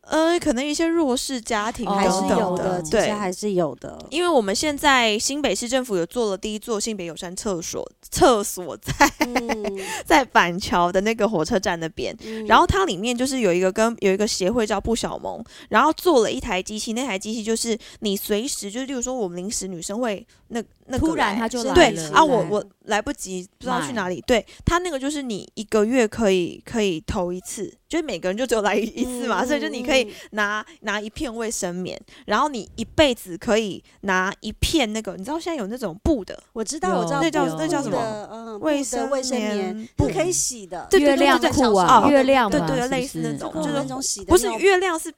Speaker 5: 呃，可能一些弱势家庭
Speaker 4: 哦
Speaker 3: 还
Speaker 5: 等
Speaker 3: 是
Speaker 5: 等
Speaker 3: 有
Speaker 5: 的
Speaker 3: 的，，其实
Speaker 5: 对。
Speaker 3: 还是有的。
Speaker 5: 因为我们现在新北市政府有做了第一座性别友善厕所，厕所在
Speaker 3: 嗯
Speaker 5: 在板桥的那个火车站那边，
Speaker 3: 嗯
Speaker 5: 然后它里面就是有一个跟有一个协会叫不小萌，然后做了一台机器，那台机器就是你随时就是，例如说我们临时女生会那那个
Speaker 4: 突然
Speaker 5: 来
Speaker 4: 它就是来
Speaker 5: 对
Speaker 4: 了
Speaker 5: 啊，我
Speaker 4: 来
Speaker 5: 我来不及不知道去
Speaker 4: 买
Speaker 5: 哪里，对它那个就是你一个月可以可以投一次，就是每个人就只有来一一次嘛，所以就你可以
Speaker 3: 嗯
Speaker 5: 拿拿一片卫生棉，然后你一辈子可以拿一片那个，你知道现在有那种布的
Speaker 3: 我知道，我知道
Speaker 4: 有
Speaker 5: 那叫
Speaker 3: 布
Speaker 5: 那叫什么
Speaker 3: 的？嗯，布
Speaker 5: 卫
Speaker 3: 的
Speaker 5: 生
Speaker 3: 卫生棉，
Speaker 5: 布
Speaker 3: 不可以洗的，
Speaker 5: 对
Speaker 4: 月
Speaker 5: 对对
Speaker 4: 亮
Speaker 5: 对
Speaker 4: 裤
Speaker 5: 小时
Speaker 4: 啊，
Speaker 3: 哦
Speaker 5: 候
Speaker 4: 月亮
Speaker 5: 对
Speaker 4: 嘛
Speaker 5: 对
Speaker 4: 是不
Speaker 5: 类似那
Speaker 4: 是哦
Speaker 5: 种
Speaker 3: 跟我
Speaker 5: 就
Speaker 3: 们
Speaker 5: 是
Speaker 3: 那种洗的
Speaker 5: 不是
Speaker 3: 那种
Speaker 5: 月亮是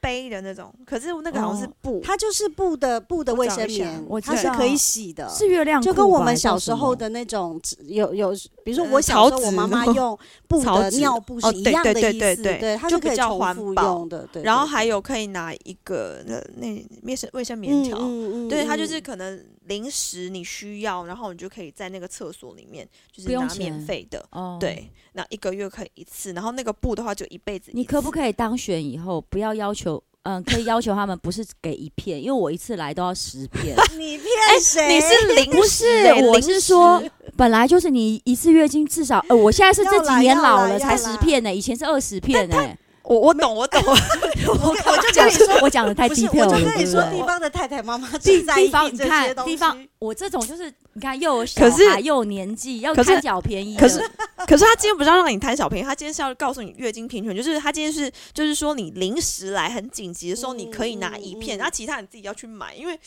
Speaker 5: 杯的那种，可是那个好像是
Speaker 4: 哦
Speaker 5: 布，
Speaker 3: 它就是布的布的
Speaker 5: 我
Speaker 3: 卫
Speaker 5: 找
Speaker 3: 生
Speaker 5: 一下
Speaker 3: 棉
Speaker 4: 我，
Speaker 3: 它
Speaker 4: 知
Speaker 3: 是
Speaker 4: 道
Speaker 3: 可以洗的，
Speaker 4: 是月亮裤吧，
Speaker 3: 就跟我们
Speaker 4: 叫
Speaker 3: 小
Speaker 4: 什
Speaker 3: 时
Speaker 4: 么
Speaker 3: 候的那种纸有有，比如说
Speaker 5: 呃
Speaker 3: 我小时
Speaker 5: 草
Speaker 3: 候
Speaker 5: 纸
Speaker 3: 我妈妈
Speaker 5: 那种
Speaker 3: 用布
Speaker 5: 草
Speaker 3: 的
Speaker 5: 纸
Speaker 3: 尿布
Speaker 5: 哦
Speaker 3: 是一
Speaker 5: 对
Speaker 3: 样的
Speaker 5: 对
Speaker 3: 意思，
Speaker 5: 对对对
Speaker 3: 对，它
Speaker 5: 就是
Speaker 3: 可
Speaker 5: 比
Speaker 3: 以
Speaker 5: 较
Speaker 3: 重
Speaker 5: 环
Speaker 3: 复
Speaker 5: 保
Speaker 3: 用的，对。
Speaker 5: 然后
Speaker 3: 对
Speaker 5: 还有可以拿一个那那卫生卫生棉
Speaker 3: 嗯
Speaker 5: 条，
Speaker 3: 嗯嗯
Speaker 5: 对，它就
Speaker 3: 嗯
Speaker 5: 是可能临时你需要，然后你就可以在那个厕所里面就是
Speaker 4: 不用
Speaker 5: 拿免
Speaker 4: 钱
Speaker 5: 费的，
Speaker 4: 哦，。
Speaker 5: 对，那一个月可以一次，然后那个布的话就一辈子一次。
Speaker 4: 你可不可以当选以后不要要求？嗯，可以要求他们不是给一片，因为我一次来都要十片。
Speaker 3: 你骗谁？
Speaker 5: 你是临
Speaker 4: 不
Speaker 5: 时
Speaker 4: 是
Speaker 5: 欸，
Speaker 4: 我
Speaker 5: 临
Speaker 4: 是
Speaker 5: 时
Speaker 4: 说，本来就是你一次月经至少，呃，我现在是这几
Speaker 3: 要啦
Speaker 4: 年老
Speaker 3: 要
Speaker 4: 了
Speaker 3: 啦
Speaker 4: 才
Speaker 3: 要
Speaker 4: 十
Speaker 3: 啦
Speaker 4: 片呢，以前是二十片呢。
Speaker 5: 我我懂我懂，
Speaker 4: 我
Speaker 3: 我就跟你说，
Speaker 4: 我讲的太
Speaker 3: 不是
Speaker 4: detail 了，
Speaker 3: 我就跟
Speaker 4: 对
Speaker 3: 你
Speaker 4: 不
Speaker 3: 说，
Speaker 4: 对
Speaker 3: 地方的太太妈妈
Speaker 4: 地
Speaker 3: 正在
Speaker 4: 地
Speaker 3: 意
Speaker 4: 方，你
Speaker 3: 这些
Speaker 4: 看
Speaker 3: 东
Speaker 4: 地
Speaker 3: 西。
Speaker 4: 方，我这种就是你看又有小
Speaker 5: 可是
Speaker 4: 孩又有年纪，要
Speaker 5: 可是
Speaker 4: 贪小便宜的，
Speaker 5: 可是 可是他今天不是要让你贪小便宜，他今天是要告诉你月经平权，就是他今天是就是说你临时来很紧急的时候，你可以拿一
Speaker 3: 嗯
Speaker 5: 片，
Speaker 3: 嗯嗯
Speaker 5: 那、其他你自己要去买，因为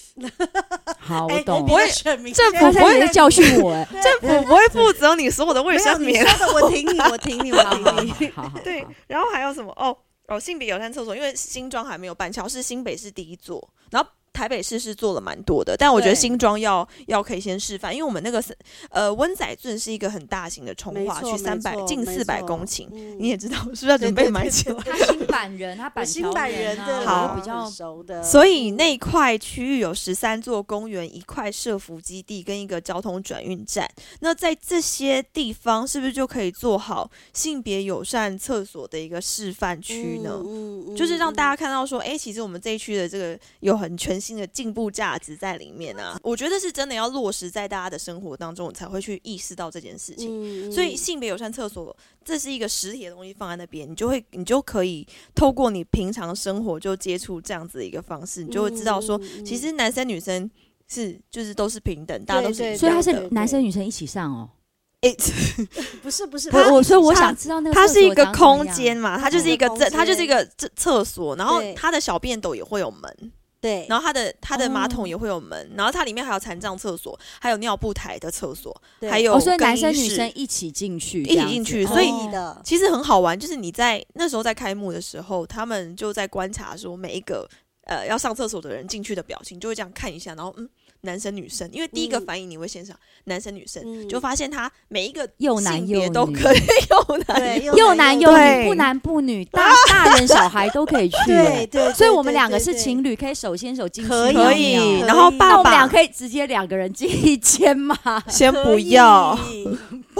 Speaker 4: 好，
Speaker 3: 哎
Speaker 4: 我懂。
Speaker 3: 别的选民
Speaker 5: 政府
Speaker 4: 他
Speaker 3: 现在
Speaker 4: 现在在教 训我，哎，
Speaker 5: 政府不会负责你所有的卫
Speaker 3: 没有
Speaker 5: 生
Speaker 3: 你
Speaker 5: 棉。
Speaker 3: 说的，我挺你，我挺你，我
Speaker 4: 好
Speaker 3: 挺你。
Speaker 4: 好好好，
Speaker 3: 啊
Speaker 5: 对，然后还有什么？哦哦，性别友善厕所，因为新庄还没有，板桥是新北市第一座，然后。台北市是做了蛮多的，但我觉得
Speaker 4: 对
Speaker 5: 新庄要要可以先示范，因为我们那个是呃温仔圳是一个很大型的重
Speaker 3: 没
Speaker 5: 化
Speaker 3: 错
Speaker 5: 区，三百
Speaker 3: 没错
Speaker 5: 近
Speaker 3: 没
Speaker 5: 四百
Speaker 3: 错
Speaker 5: 公顷，
Speaker 3: 嗯
Speaker 5: 你也知道是不是要准备买起来？
Speaker 4: 他新版人，他
Speaker 3: 我
Speaker 4: 板
Speaker 3: 新
Speaker 4: 桥
Speaker 3: 版
Speaker 4: 人
Speaker 3: 人对
Speaker 4: 啊，
Speaker 5: 好
Speaker 3: 我
Speaker 4: 我比较
Speaker 3: 很熟的，
Speaker 5: 所以那块区域有十三座公园、一块设伏基地跟一个交通转运站。那在这些地方，是不是就可以做好性别友善厕所的一个示范区呢？
Speaker 3: 嗯
Speaker 5: 就是让大家看到说，哎、其实我们这一区的这个有很全新的进步价值在里面啊。我觉得是真的要落实在大家的生活当中，你才会去意识到这件事情。
Speaker 3: 嗯
Speaker 5: 所以性别友善厕所，这是一个实体的东西放在那边，你就会你就可以透过你平常生活就接触这样子的一个方式，你就会知道
Speaker 3: 嗯
Speaker 5: 说，其实男生女生是就是都是平等，大家都是一
Speaker 3: 对
Speaker 4: 所以他
Speaker 5: 样
Speaker 4: 是
Speaker 5: 的。
Speaker 4: 男生女生一起上哦。
Speaker 5: 诶
Speaker 3: 不是不是，
Speaker 4: 我我所以我想知道那个
Speaker 5: 它
Speaker 4: 厕
Speaker 5: 是一
Speaker 4: 所
Speaker 5: 个
Speaker 4: 长什么
Speaker 5: 空
Speaker 4: 样
Speaker 5: 间，嘛，它
Speaker 3: 它
Speaker 5: 就是是一
Speaker 3: 一
Speaker 5: 个
Speaker 3: 个
Speaker 5: 这，
Speaker 3: 哦空
Speaker 5: 它就是一
Speaker 3: 间
Speaker 5: 个厕厕所，然后
Speaker 3: 对
Speaker 5: 它的小便斗也会有门，
Speaker 3: 对，
Speaker 5: 然后它的它的马桶
Speaker 4: 哦
Speaker 5: 也会有门，然后它里面还有残障厕所，还有尿布台的厕所，
Speaker 3: 对
Speaker 5: 还有
Speaker 4: 哦，所以
Speaker 5: 更
Speaker 4: 男生
Speaker 5: 衣
Speaker 4: 女
Speaker 5: 室
Speaker 4: 生一起进去这
Speaker 5: 一起
Speaker 4: 样子，
Speaker 5: 进去
Speaker 4: 哦
Speaker 5: 所以
Speaker 3: 的
Speaker 5: 其实很好玩，就是你在那时候在开幕的时候，他们就在观察说每一个呃要上厕所的人进去的表情，就会这样看一下，然后嗯，男生女生，因为第一个
Speaker 3: 嗯
Speaker 5: 反应你会先想男生女生，
Speaker 3: 嗯
Speaker 5: 就发现他每一个
Speaker 4: 又男
Speaker 5: 性别
Speaker 4: 又
Speaker 5: 都
Speaker 4: 女
Speaker 5: 可以 有男
Speaker 3: 对
Speaker 5: 有
Speaker 4: 又男又
Speaker 5: 对
Speaker 4: 女，不男不女，大大人小孩都可以去。
Speaker 3: 对
Speaker 4: 哎
Speaker 3: 对，
Speaker 4: 所以我们两个是
Speaker 3: 侣，
Speaker 4: 情侣，可以手牵手进去
Speaker 3: 可以
Speaker 4: 尿
Speaker 5: 可
Speaker 4: 尿
Speaker 5: 以，
Speaker 3: 可
Speaker 5: 然后
Speaker 3: 以
Speaker 4: 那
Speaker 5: 爸
Speaker 4: 我们俩
Speaker 5: 爸
Speaker 4: 可以直接两个人进一间吗？
Speaker 5: 先
Speaker 3: 可
Speaker 5: 不
Speaker 3: 以
Speaker 5: 要，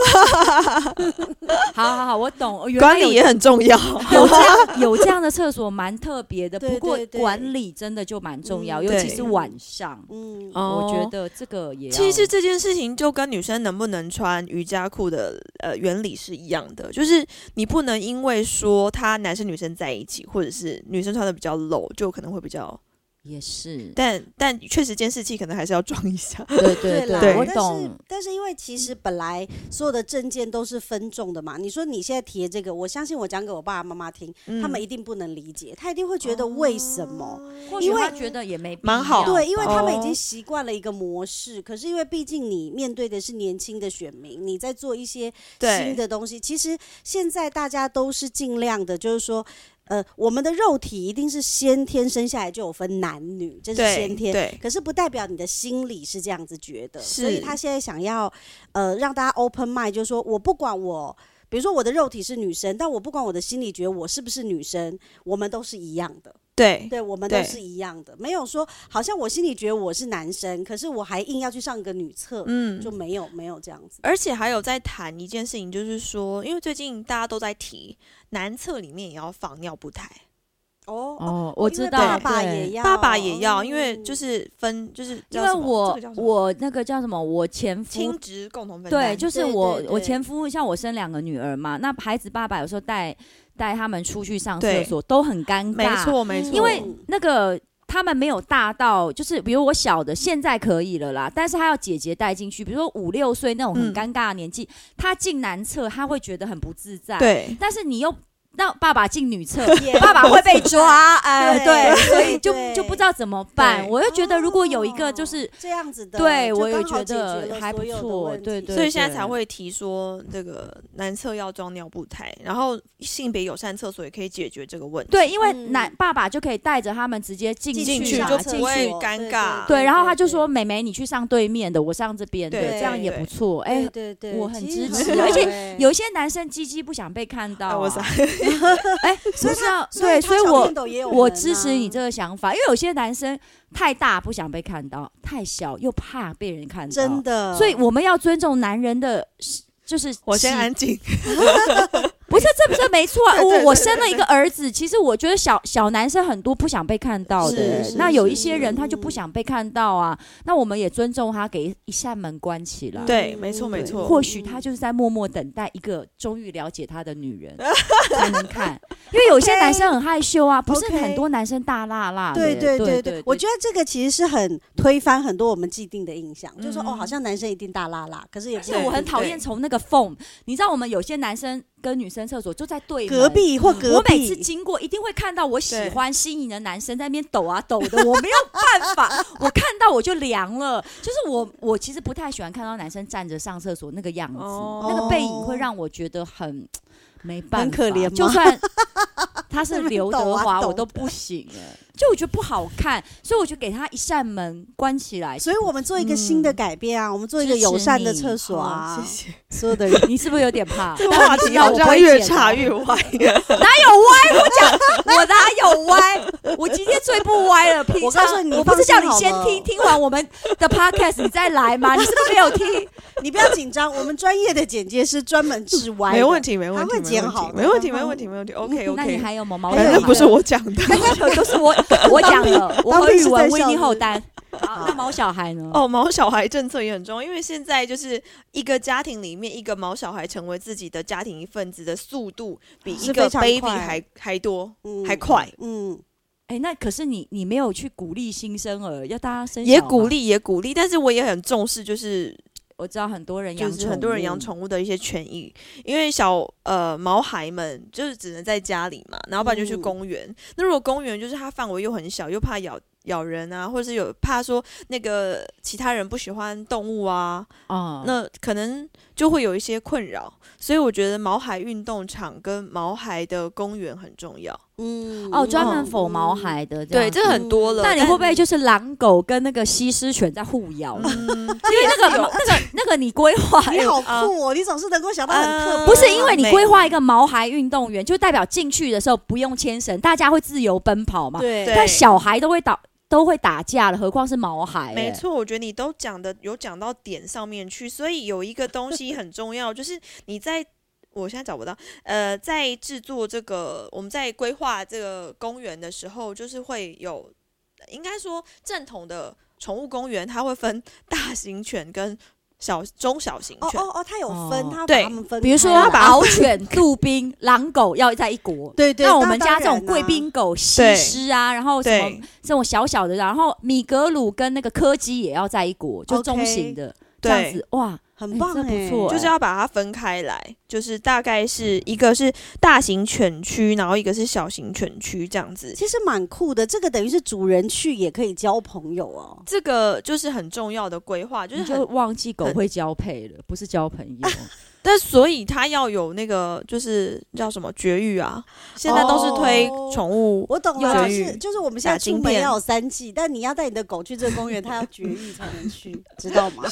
Speaker 4: 好好好，我懂。原来
Speaker 5: 管
Speaker 4: 有
Speaker 5: 理也很重要。
Speaker 4: 有这样有这样的厕所蛮特别的，
Speaker 3: 对
Speaker 4: 不过
Speaker 3: 对对
Speaker 4: 管理真的就蛮重要，
Speaker 3: 嗯
Speaker 4: 尤其
Speaker 5: 对
Speaker 4: 是晚上。
Speaker 3: 嗯，
Speaker 4: 我觉得这个也要
Speaker 5: 哦其实这件事情就跟女生能不能穿瑜伽裤的呃原理是一样的，就是你不能因为说他男生女生在一起，或者是女生穿的比较露，就可能会比较，
Speaker 4: 也是
Speaker 5: 但但确实监视器可能还是要装一 下。
Speaker 4: 对
Speaker 3: 啦，
Speaker 5: 对
Speaker 4: 我
Speaker 3: 但是
Speaker 4: 懂。
Speaker 3: 但是因为其实本来所有的证件都是分众的嘛，你说你现在提的这个，我相信我讲给我爸爸妈妈听，
Speaker 5: 嗯
Speaker 3: 他们一定不能理解，他一定会觉得为什么？
Speaker 5: 哦
Speaker 4: 或许
Speaker 3: 因为
Speaker 4: 他觉得也没必
Speaker 5: 蛮好
Speaker 4: 要
Speaker 3: 对，因为
Speaker 4: 吧
Speaker 3: 他们
Speaker 5: 哦
Speaker 3: 已经习惯了一个模式，可是因为毕竟你面对的是年轻的选民，你在做一些新
Speaker 5: 对
Speaker 3: 的东西。其实现在大家都是尽量的，就是说，呃，我们的肉体一定是先天生下来就有分男女，这是
Speaker 5: 对
Speaker 3: 先天。
Speaker 5: 对
Speaker 3: 可是不代表你的心里是这样子觉得，
Speaker 5: 是
Speaker 3: 所以他现在想要呃让大家 open mind，就是说我不管我，比如说我的肉体是女生，但我不管我的心里觉得我是不是女生，我们都是一样的，
Speaker 5: 对
Speaker 3: 对我们都
Speaker 5: 对
Speaker 3: 是一样的，没有说好像我心里觉得我是男生，可是我还硬要去上个女厕，
Speaker 5: 嗯
Speaker 3: 就没有没有这样子。
Speaker 5: 而且还有在谈一件事情，就是说，因为最近大家都在提男厕里面也要放尿布台，
Speaker 3: 哦
Speaker 4: 哦，我知道，
Speaker 3: 爸爸
Speaker 4: 对
Speaker 3: 也要，
Speaker 5: 爸爸也要，因为
Speaker 3: 嗯
Speaker 5: 就是分就是
Speaker 4: 因
Speaker 5: 叫
Speaker 4: 为
Speaker 5: 什么这
Speaker 4: 我
Speaker 5: 个叫什么
Speaker 4: 我那个叫什么，我前夫
Speaker 5: 亲职共同分
Speaker 4: 对，
Speaker 5: 担，
Speaker 4: 就是
Speaker 3: 对
Speaker 4: 我
Speaker 3: 对
Speaker 4: 我
Speaker 3: 对
Speaker 4: 前夫像我生两个女儿嘛，那孩子爸爸有时候带带他们出去上厕
Speaker 5: 对
Speaker 4: 所都很尴尬，
Speaker 5: 没错没错，
Speaker 4: 因为
Speaker 3: 嗯
Speaker 4: 那个他们没有大到，就是比如我小的现在可以了啦，但是他要姐姐带进去，比如说五六岁那种很
Speaker 5: 嗯
Speaker 4: 尴尬的年纪，他进男厕他会觉得很不自在，，
Speaker 5: 对
Speaker 4: 但是你又让爸爸进女厕。
Speaker 3: 也
Speaker 4: 爸爸会被抓，哎、
Speaker 3: 对
Speaker 4: 对，
Speaker 3: 对
Speaker 4: 所以就
Speaker 3: 对
Speaker 4: 就不知道怎么办。
Speaker 5: 对
Speaker 4: 我就觉得，如果有一个
Speaker 3: 哦
Speaker 4: 就是
Speaker 3: 这样子的，
Speaker 4: 对
Speaker 3: 就
Speaker 4: 我也
Speaker 3: 刚好
Speaker 4: 觉
Speaker 3: 解决
Speaker 4: 得
Speaker 3: 了
Speaker 4: 还
Speaker 3: 所
Speaker 4: 不
Speaker 3: 有的
Speaker 4: 错
Speaker 3: 问
Speaker 4: 对
Speaker 3: 题
Speaker 4: 对
Speaker 5: 所以现在才会提说这个男厕要装尿布台，然后性别友善厕所也可以解决这个问题。
Speaker 4: 对，因为
Speaker 3: 嗯
Speaker 4: 男、爸爸就可以带着他们直接进
Speaker 3: 进
Speaker 5: 进
Speaker 4: 去
Speaker 5: 去
Speaker 4: 嘛
Speaker 5: 就
Speaker 4: 进
Speaker 5: 不会尴尬
Speaker 4: 对，然后他就说：“妹妹，你去上对面的，我上这边的，
Speaker 5: 对
Speaker 4: 这样也
Speaker 5: 对
Speaker 4: 不错。”哎
Speaker 3: 对，对对，
Speaker 4: 我很
Speaker 3: 其实
Speaker 4: 支持
Speaker 3: 好
Speaker 4: 而且
Speaker 3: 欸
Speaker 4: 有些男生鸡鸡不想被看到、
Speaker 5: 哎
Speaker 4: 啊，
Speaker 5: 我傻
Speaker 4: 哎，不是啊，对，
Speaker 3: 他
Speaker 4: 所以
Speaker 3: 小
Speaker 4: 我
Speaker 3: 便斗也有
Speaker 4: 我
Speaker 3: 门
Speaker 4: 支持你
Speaker 3: 啊
Speaker 4: 这个想法，因为有些男生太大不想被看到，太小又怕被人看到，
Speaker 3: 真
Speaker 4: 的。
Speaker 3: 的，
Speaker 4: 所以我们要尊重男人的，就是
Speaker 5: 我先
Speaker 4: 喜
Speaker 5: 安静。
Speaker 4: 不是这这没错啊，
Speaker 5: 对对
Speaker 4: 我
Speaker 5: 对
Speaker 4: 我
Speaker 5: 对
Speaker 4: 生了一
Speaker 5: 对
Speaker 4: 个儿子，其实我觉得小小男生很多不想被看到的
Speaker 5: 是
Speaker 4: 欸，
Speaker 5: 是
Speaker 4: 那有一
Speaker 3: 是
Speaker 4: 些人他就不想被看到啊，那我们也尊重他，给一扇门关起来。
Speaker 5: 对，没错没错。
Speaker 4: 或许他就是在默默等待一个终于了解他的女 人才能看，因为有些男生很害羞啊，不是
Speaker 3: OK
Speaker 4: 很多男生大辣辣的。
Speaker 3: 对
Speaker 4: 对
Speaker 3: 对对对，我觉得这个其实是很推翻很多我们既定的印象，就是说哦，
Speaker 5: 嗯
Speaker 3: 好像男生一定大拉拉，可是也
Speaker 4: 而
Speaker 3: 不
Speaker 4: 且我很讨厌从那个缝，你知道我们有些男生跟女生厕所就在对门
Speaker 3: 隔。壁或隔壁，
Speaker 4: 我每次经过，一定会看到我喜欢心仪的男生在那边抖啊抖 的，我没有办法，我看到我就凉了。就是我，我其实不太喜欢看到男生站着上厕所那个样子，
Speaker 5: 哦
Speaker 4: 那个背影会让我觉得很没办法，
Speaker 3: 很可怜吗
Speaker 4: 就 算他是刘德
Speaker 3: 在那边抖
Speaker 4: 华，
Speaker 3: 啊抖
Speaker 4: 我都不行了，
Speaker 5: 啊
Speaker 4: 就我觉得不好看，所以我就给他一扇门关起来。
Speaker 3: 所以我们做一个新的改变啊，我们做一个友善的厕所啊，
Speaker 5: 谢谢。
Speaker 3: 所有 的人
Speaker 4: 你是不是有点怕？
Speaker 5: 这话题好像越
Speaker 3: 哦
Speaker 5: 岔越歪。
Speaker 4: 哪有歪？我讲我哪有歪？我今天最不歪了。平常
Speaker 3: 我告诉你
Speaker 4: 我不是叫你
Speaker 3: 放心
Speaker 4: 先
Speaker 3: 好了
Speaker 4: 听，听完我们的 podcast 你再来吗？你是不是没有听？
Speaker 3: 你不要紧张，我们专业的剪接师专门治歪，
Speaker 5: 没问。题没问
Speaker 3: 他
Speaker 5: 题，
Speaker 3: 会剪好的
Speaker 5: 没问题没问题 没问题没问题。OK
Speaker 4: 那你
Speaker 5: OK，
Speaker 4: 还有毛毛？
Speaker 5: 反
Speaker 3: 啊
Speaker 5: 正不是，我讲的。
Speaker 4: 刚刚都是我我讲了。我和宇文
Speaker 3: 当兵是在
Speaker 4: 维
Speaker 3: 笑
Speaker 4: 尼
Speaker 3: 是不是
Speaker 4: 后单。好，那毛小孩呢？
Speaker 5: 哦，毛小孩政策也很重要，因为现在就是一个家庭里面，一个毛小孩成为自己的家庭一份子的速度，比一
Speaker 3: 是非
Speaker 5: 个
Speaker 3: 常
Speaker 5: baby
Speaker 3: 快
Speaker 5: 还还多，
Speaker 3: 嗯
Speaker 5: 还快。
Speaker 3: 嗯，
Speaker 4: 哎、那可是你你没有去鼓励新生儿，要大家生
Speaker 5: 也
Speaker 4: 小孩
Speaker 5: 鼓。励也鼓励，但是我也很重视，就是
Speaker 4: 我知道很多人养
Speaker 5: 就是很多人养
Speaker 4: 宠物，
Speaker 5: 宠物的一些权益，因为小呃毛孩们就是只能在家里嘛，然后不然就去
Speaker 3: 嗯
Speaker 5: 公园。那如果公园就是它范围又很小，又怕咬咬人啊，或者是有怕说那个其他人不喜欢动物啊，
Speaker 4: 哦、
Speaker 5: 那可能就会有一些困扰。所以我觉得毛孩运动场跟毛孩的公园很重要。
Speaker 3: 嗯
Speaker 4: 哦，专门否毛孩的这样
Speaker 5: 对，
Speaker 4: 子，
Speaker 5: 这很多了。
Speaker 4: 那你
Speaker 5: 嗯但
Speaker 4: 会不会就是狼狗跟那个西施犬在互咬？因
Speaker 5: 嗯
Speaker 4: 为那个那个那个你规划哎
Speaker 3: 你好
Speaker 5: 啊
Speaker 3: 酷哦，你总是能够想到很特别，
Speaker 5: 啊
Speaker 4: 不是因为你
Speaker 5: 没
Speaker 4: 规划一个毛孩运动员，就代表进去的时候不用牵绳，大家会自由奔跑嘛。
Speaker 3: 对
Speaker 5: 对
Speaker 4: 但小孩都会导都会打架了，何况是毛孩、欸？
Speaker 5: 没，错，我觉得你都讲的有讲到点上面去，所以有一个东西很重要，就是你在我现在找不到，呃，在制作这个我们在规划这个公园的时候，就是会有，应该说正统的宠物公园，它会分 大型犬跟小中小型
Speaker 3: 哦
Speaker 5: 犬。
Speaker 3: 哦哦，他有分，
Speaker 4: 哦
Speaker 3: 他把
Speaker 5: 对
Speaker 3: 他们分开，
Speaker 4: 比如说
Speaker 5: 他把它
Speaker 4: 獒犬、杜宾、狼狗要在一国。
Speaker 3: 对对，
Speaker 4: 那我
Speaker 3: 那
Speaker 4: 们
Speaker 3: 当
Speaker 4: 家这种
Speaker 3: 然啊
Speaker 4: 贵宾狗、西
Speaker 5: 对
Speaker 4: 施啊，然后什么
Speaker 5: 对
Speaker 4: 这种小小的，然后米格鲁跟那个柯基也要在一国，就
Speaker 3: OK
Speaker 4: 中型的这样
Speaker 5: 对，
Speaker 4: 子，哇，
Speaker 3: 很
Speaker 4: 哎
Speaker 3: 棒
Speaker 4: 这不
Speaker 3: 哎
Speaker 4: 错
Speaker 5: 就是要把它分开来，就是大概是一个是大型犬区，然后一个是小型犬区这样子。
Speaker 3: 其实蛮酷的，这个等于是主人去也可以交朋友哦。
Speaker 5: 这个就是很重要的规划，就是
Speaker 4: 你
Speaker 5: 很
Speaker 4: 就忘记狗
Speaker 5: 很
Speaker 4: 会交配了，不是交朋友。
Speaker 5: 但所以它要有那个就是叫什么绝育啊，现在都是推宠物，
Speaker 3: 我懂了，
Speaker 5: 有
Speaker 3: 就是就是我们现在
Speaker 5: 打
Speaker 3: 出
Speaker 5: 晶
Speaker 3: 门
Speaker 5: 片
Speaker 3: 要有三季，但你要带你的狗去这个公园，它要绝育才能去，知道 吗？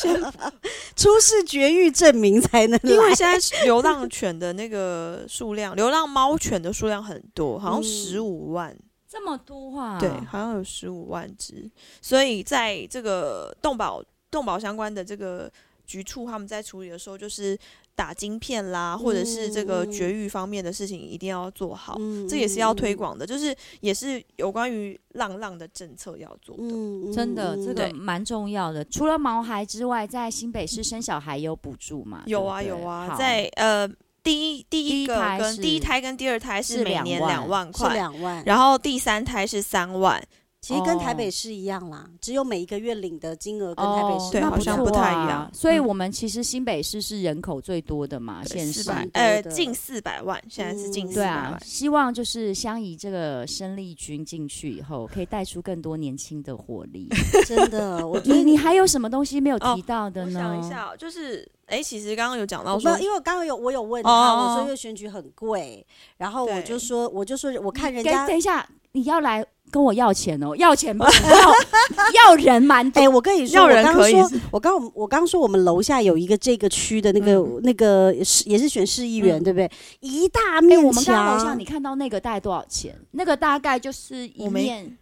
Speaker 3: 出示绝育证明才能来。
Speaker 5: 因为现在流浪犬的那个数量，流浪猫犬的数量很多，好像
Speaker 3: 嗯
Speaker 5: 十五万，
Speaker 4: 这么多啊？
Speaker 5: 对，好像有十五万只，所以在这个动保动保相关的这个。局处他们在处理的时候，就是打晶片啦，或者是这个
Speaker 3: 嗯
Speaker 5: 绝育方面的事情一定要做好，
Speaker 3: 嗯
Speaker 5: 这也是要推
Speaker 3: 嗯
Speaker 5: 广的，就是也是有关于浪浪的政策要做的。
Speaker 3: 嗯
Speaker 4: 真的，
Speaker 3: 嗯
Speaker 4: 这个
Speaker 5: 对
Speaker 4: 蛮重要的。除了毛孩之外，在新北市生小孩有补助嘛？
Speaker 5: 有啊
Speaker 4: 对不
Speaker 5: 有
Speaker 4: 对
Speaker 5: 啊
Speaker 4: 好，
Speaker 5: 在呃第一
Speaker 4: 第
Speaker 5: 第
Speaker 4: 一
Speaker 5: 一个
Speaker 4: 胎
Speaker 5: 跟
Speaker 4: 是
Speaker 5: 第一胎跟第二胎
Speaker 4: 是
Speaker 5: 是每
Speaker 4: 两
Speaker 5: 年
Speaker 4: 万
Speaker 5: 两万
Speaker 3: 是
Speaker 5: 块，
Speaker 3: 两万，
Speaker 5: 然后第三胎是三万，
Speaker 3: 其实跟
Speaker 4: 哦
Speaker 3: 台北市一样啦，只有每一个月领的金额跟台北市
Speaker 5: 哦
Speaker 4: 哦那
Speaker 3: 一
Speaker 5: 对
Speaker 3: 样
Speaker 5: 好像
Speaker 4: 错
Speaker 5: 不太一
Speaker 4: 啊
Speaker 5: 样
Speaker 4: 所以
Speaker 5: 嗯
Speaker 4: 我们其实新北市是人口最多的嘛，县
Speaker 5: 四
Speaker 4: 市。
Speaker 5: 百
Speaker 3: 蛮多
Speaker 5: 呃
Speaker 3: 的
Speaker 5: 近四百万，现在是
Speaker 3: 嗯
Speaker 5: 近四
Speaker 4: 对
Speaker 5: 百
Speaker 4: 啊
Speaker 5: 万，。
Speaker 4: 希望就是相宜这个生力军进去以后，可以带出更多年轻的活 力。
Speaker 3: 真的，我觉得
Speaker 4: 你你还有什么东西没有
Speaker 5: 哦
Speaker 4: 提到的
Speaker 5: 我
Speaker 4: 呢？
Speaker 5: 想一下哦，就是哎，其实刚刚有讲
Speaker 3: 我
Speaker 5: 到
Speaker 3: 不知
Speaker 5: 说
Speaker 3: 道，因为我刚刚有我有问
Speaker 5: 哦
Speaker 3: 他，
Speaker 5: 哦
Speaker 3: 我
Speaker 5: 哦
Speaker 3: 说因为选举很贵，然后我
Speaker 5: 对
Speaker 3: 就说我就说我看人
Speaker 4: 跟
Speaker 3: 家
Speaker 4: 等一下，你要来跟我要钱哦，要钱不行要要人蛮多
Speaker 3: 哎、。我跟你说，
Speaker 5: 要
Speaker 3: 我
Speaker 5: 人
Speaker 3: 刚
Speaker 5: 可以
Speaker 3: 说，我刚我刚说，我们楼下有一个这个区的那个、
Speaker 5: 嗯
Speaker 3: 那个市也是选市议员，
Speaker 5: 嗯
Speaker 3: 对不对？一大
Speaker 4: 哎、
Speaker 3: 面墙，
Speaker 4: 我们刚刚楼下你看到那个大概多少钱？那个大概就是一
Speaker 5: 我没
Speaker 4: 面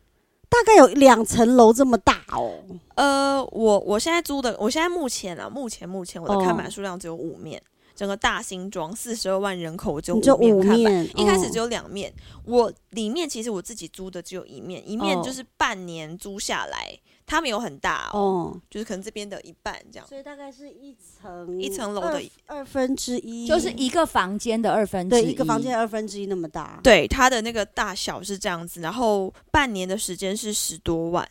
Speaker 3: 大概有两层楼这么大哦。
Speaker 5: 呃，我我现在租的，我现在目前啊，目前目前我的看板数量只有五面，整个大新庄四十二万人口，我只有
Speaker 3: 你就
Speaker 5: 五面
Speaker 3: 五
Speaker 5: 看板。
Speaker 3: 面，
Speaker 5: 一开始只
Speaker 3: 哦
Speaker 5: 有两面，我里面其实我自己租的只有一面，一面
Speaker 4: 哦
Speaker 5: 就是半年租下来，它没有很大哦，
Speaker 3: 哦，
Speaker 5: 就是可能这边的一半这样，
Speaker 3: 所以大概是一层
Speaker 5: 一层楼的
Speaker 3: 二二分之一，
Speaker 4: 就是一个房间的二分之
Speaker 3: 对一个房间的二分之一那么大。
Speaker 5: 对，它的那个大小是这样子，然后半年的时间是十多万。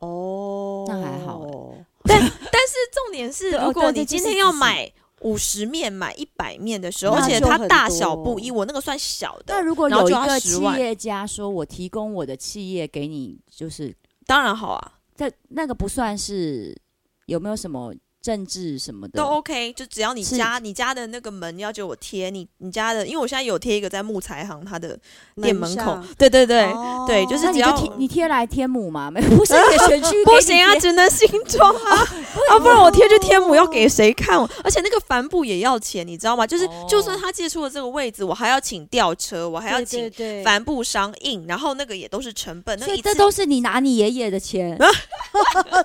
Speaker 3: 哦，
Speaker 4: 那还好
Speaker 5: 但是重点是，
Speaker 4: 对哦
Speaker 5: 如
Speaker 4: 对
Speaker 5: 果
Speaker 4: 这
Speaker 5: 你
Speaker 4: 就
Speaker 5: 今
Speaker 4: 是
Speaker 5: 天要
Speaker 4: 自己
Speaker 5: 买五十面、买一百面的时候，
Speaker 3: 那
Speaker 5: 而且
Speaker 3: 就
Speaker 5: 它
Speaker 3: 很
Speaker 5: 大小
Speaker 3: 多
Speaker 5: 不一，我那个算小
Speaker 4: 那
Speaker 5: 的，
Speaker 4: 如果
Speaker 5: 然
Speaker 4: 有
Speaker 5: 后
Speaker 4: 一
Speaker 5: 就要
Speaker 4: 个
Speaker 5: 10
Speaker 4: 企
Speaker 5: 万
Speaker 4: 业家说，我提供我的企业给你，就是
Speaker 5: 当然好啊，
Speaker 4: 这那个不算是有没有什么政治什么的
Speaker 5: 都 OK，就只要你
Speaker 4: 是
Speaker 5: 家你家的那个门要给我贴，你你家的，因为我现在有贴一个在木材行它的店门口
Speaker 3: 上，
Speaker 5: 对对对，
Speaker 3: 哦
Speaker 5: 对就是
Speaker 4: 那
Speaker 5: 只
Speaker 4: 你就
Speaker 5: 要
Speaker 4: 贴你贴来贴母嘛，没有不是你的 选区
Speaker 5: 不
Speaker 4: 给你
Speaker 5: 行啊，
Speaker 4: 贴哦
Speaker 5: 只能新装啊啊，不然我贴去贴膜要给谁看？而且那个帆布也要钱，你知道吗？就是、
Speaker 4: 哦
Speaker 5: 就算他借出了这个位置，我还要请吊车，我还要
Speaker 3: 对
Speaker 5: 请
Speaker 3: 对对，
Speaker 5: 帆布商印，然后那个也都是成本，那
Speaker 4: 所
Speaker 5: 一
Speaker 4: 以这
Speaker 5: 次
Speaker 4: 都是你拿你爷爷的钱，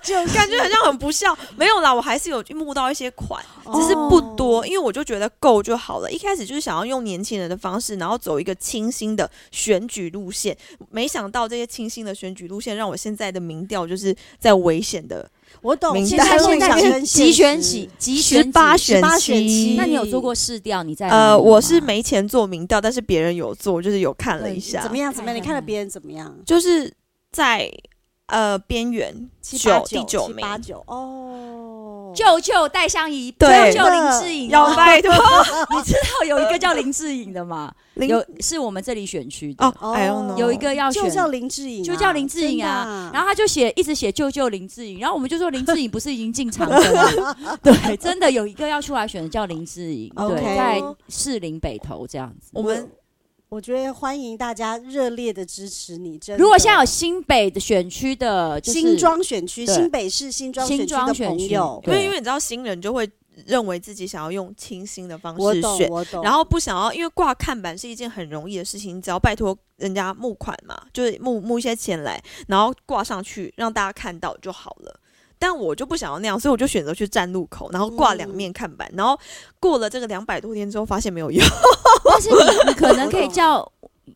Speaker 3: 就是
Speaker 5: 感觉好像很不孝。没有啦，我还是有去募到一些款，只是不多，
Speaker 3: 哦
Speaker 5: 因为我就觉得够就好了。一开始就是想要用年轻人的方式，然后走一个清新的选举路线，没想到这些清新的选举路线让我现在的民调就是在危险的
Speaker 3: 我懂。
Speaker 5: 明
Speaker 3: 现在
Speaker 5: 白我
Speaker 3: 现在
Speaker 5: 想
Speaker 3: 是
Speaker 4: 是集选起，集选
Speaker 5: 十
Speaker 4: 起
Speaker 5: 八
Speaker 3: 选
Speaker 5: 选
Speaker 3: 七
Speaker 5: 七。
Speaker 4: 那你有做过试调？你在哪
Speaker 5: 呃，
Speaker 4: 里
Speaker 5: 我
Speaker 4: 吗
Speaker 5: 是没钱做民调，但是别人有做，就是有看了一下，
Speaker 3: 怎么样？怎么样？你
Speaker 4: 看看
Speaker 3: 看了
Speaker 4: 看
Speaker 3: 别人怎么样？
Speaker 5: 就是在呃边缘
Speaker 3: 七八
Speaker 5: 第九
Speaker 3: 七
Speaker 5: 名，
Speaker 3: 八九哦，
Speaker 4: 舅舅戴相宜，舅
Speaker 5: 对
Speaker 4: 舅林志颖，
Speaker 5: 要拜托哦
Speaker 4: 你知道有一个叫林志颖的吗？
Speaker 5: 林
Speaker 4: 有是我们这里选区的，
Speaker 5: 哦，I don't know，
Speaker 4: 有一个要选
Speaker 3: 就。叫林志颖啊，
Speaker 4: 就叫林志颖啊
Speaker 3: 真的
Speaker 4: 然后他就写一直写舅舅林志颖，然后我们就说林志颖不是已经进场了 吗？对，真的有一个要出来选的叫林志颖，对，
Speaker 3: OK
Speaker 4: 在士林北投这样子。
Speaker 5: 我们
Speaker 3: 我觉得欢迎大家热烈的支持你。真的
Speaker 4: 如果现在有新北的选区的，就是
Speaker 3: 新庄选区、
Speaker 4: 对
Speaker 3: 新北市新庄选
Speaker 4: 新
Speaker 3: 区的
Speaker 4: 庄选
Speaker 3: 朋
Speaker 4: 区
Speaker 3: 友，
Speaker 5: 因为
Speaker 4: 对
Speaker 5: 因为你知道新人就会认为自己想要用清新的方
Speaker 3: 我
Speaker 5: 式
Speaker 3: 懂
Speaker 5: 选，
Speaker 3: 我懂。
Speaker 5: 然后不想要，因为挂看板是一件很容易的事情，你只要拜托人家募款嘛，就是募募一些钱来，然后挂上去让大家看到就好了。但我就不想要那样，所以我就选择去站路口，然后挂两面看板，然后过了这个两百多天之后，发现没有用。
Speaker 4: 但是你你可能可以叫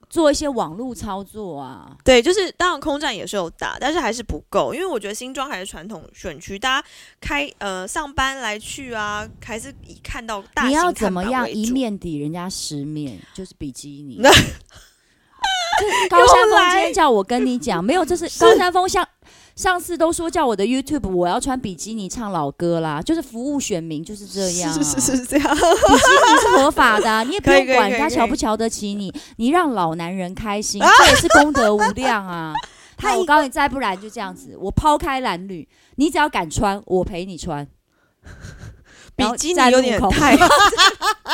Speaker 4: 做一些网络操作啊，
Speaker 5: 对，就是当然空战也是有打，但是还是不够，因为我觉得新庄还是传统选区，大家开呃上班来去啊，还是以看到大
Speaker 4: 你要
Speaker 5: 型
Speaker 4: 怎
Speaker 5: 看
Speaker 4: 么
Speaker 5: 板
Speaker 4: 样
Speaker 5: 为
Speaker 4: 一
Speaker 5: 主
Speaker 4: 面抵人家十面，就是比基尼。
Speaker 5: 那
Speaker 4: 就高山峰今
Speaker 5: 又来
Speaker 4: 天叫我跟你讲，没有，这是高山峰上上次都说叫我的 YouTube 我要穿比基尼唱老歌啦，就是服务选民就是这样、啊，
Speaker 5: 是是是是这样，
Speaker 4: 比基尼是合法的啊、你也不
Speaker 5: 可以
Speaker 4: 用
Speaker 5: 可以
Speaker 4: 管
Speaker 5: 可以
Speaker 4: 人家
Speaker 5: 可以
Speaker 4: 瞧不瞧得起你，你让老男人开心，这也是功德无量啊。
Speaker 3: 他
Speaker 4: 那
Speaker 3: 一
Speaker 4: 我告诉你，再不然就这样子，我抛开男女，你只要敢穿，我陪你穿。
Speaker 5: 比
Speaker 4: 然后
Speaker 5: 基尼
Speaker 4: 站
Speaker 5: 有
Speaker 4: 路
Speaker 5: 点
Speaker 4: 口
Speaker 5: 太，比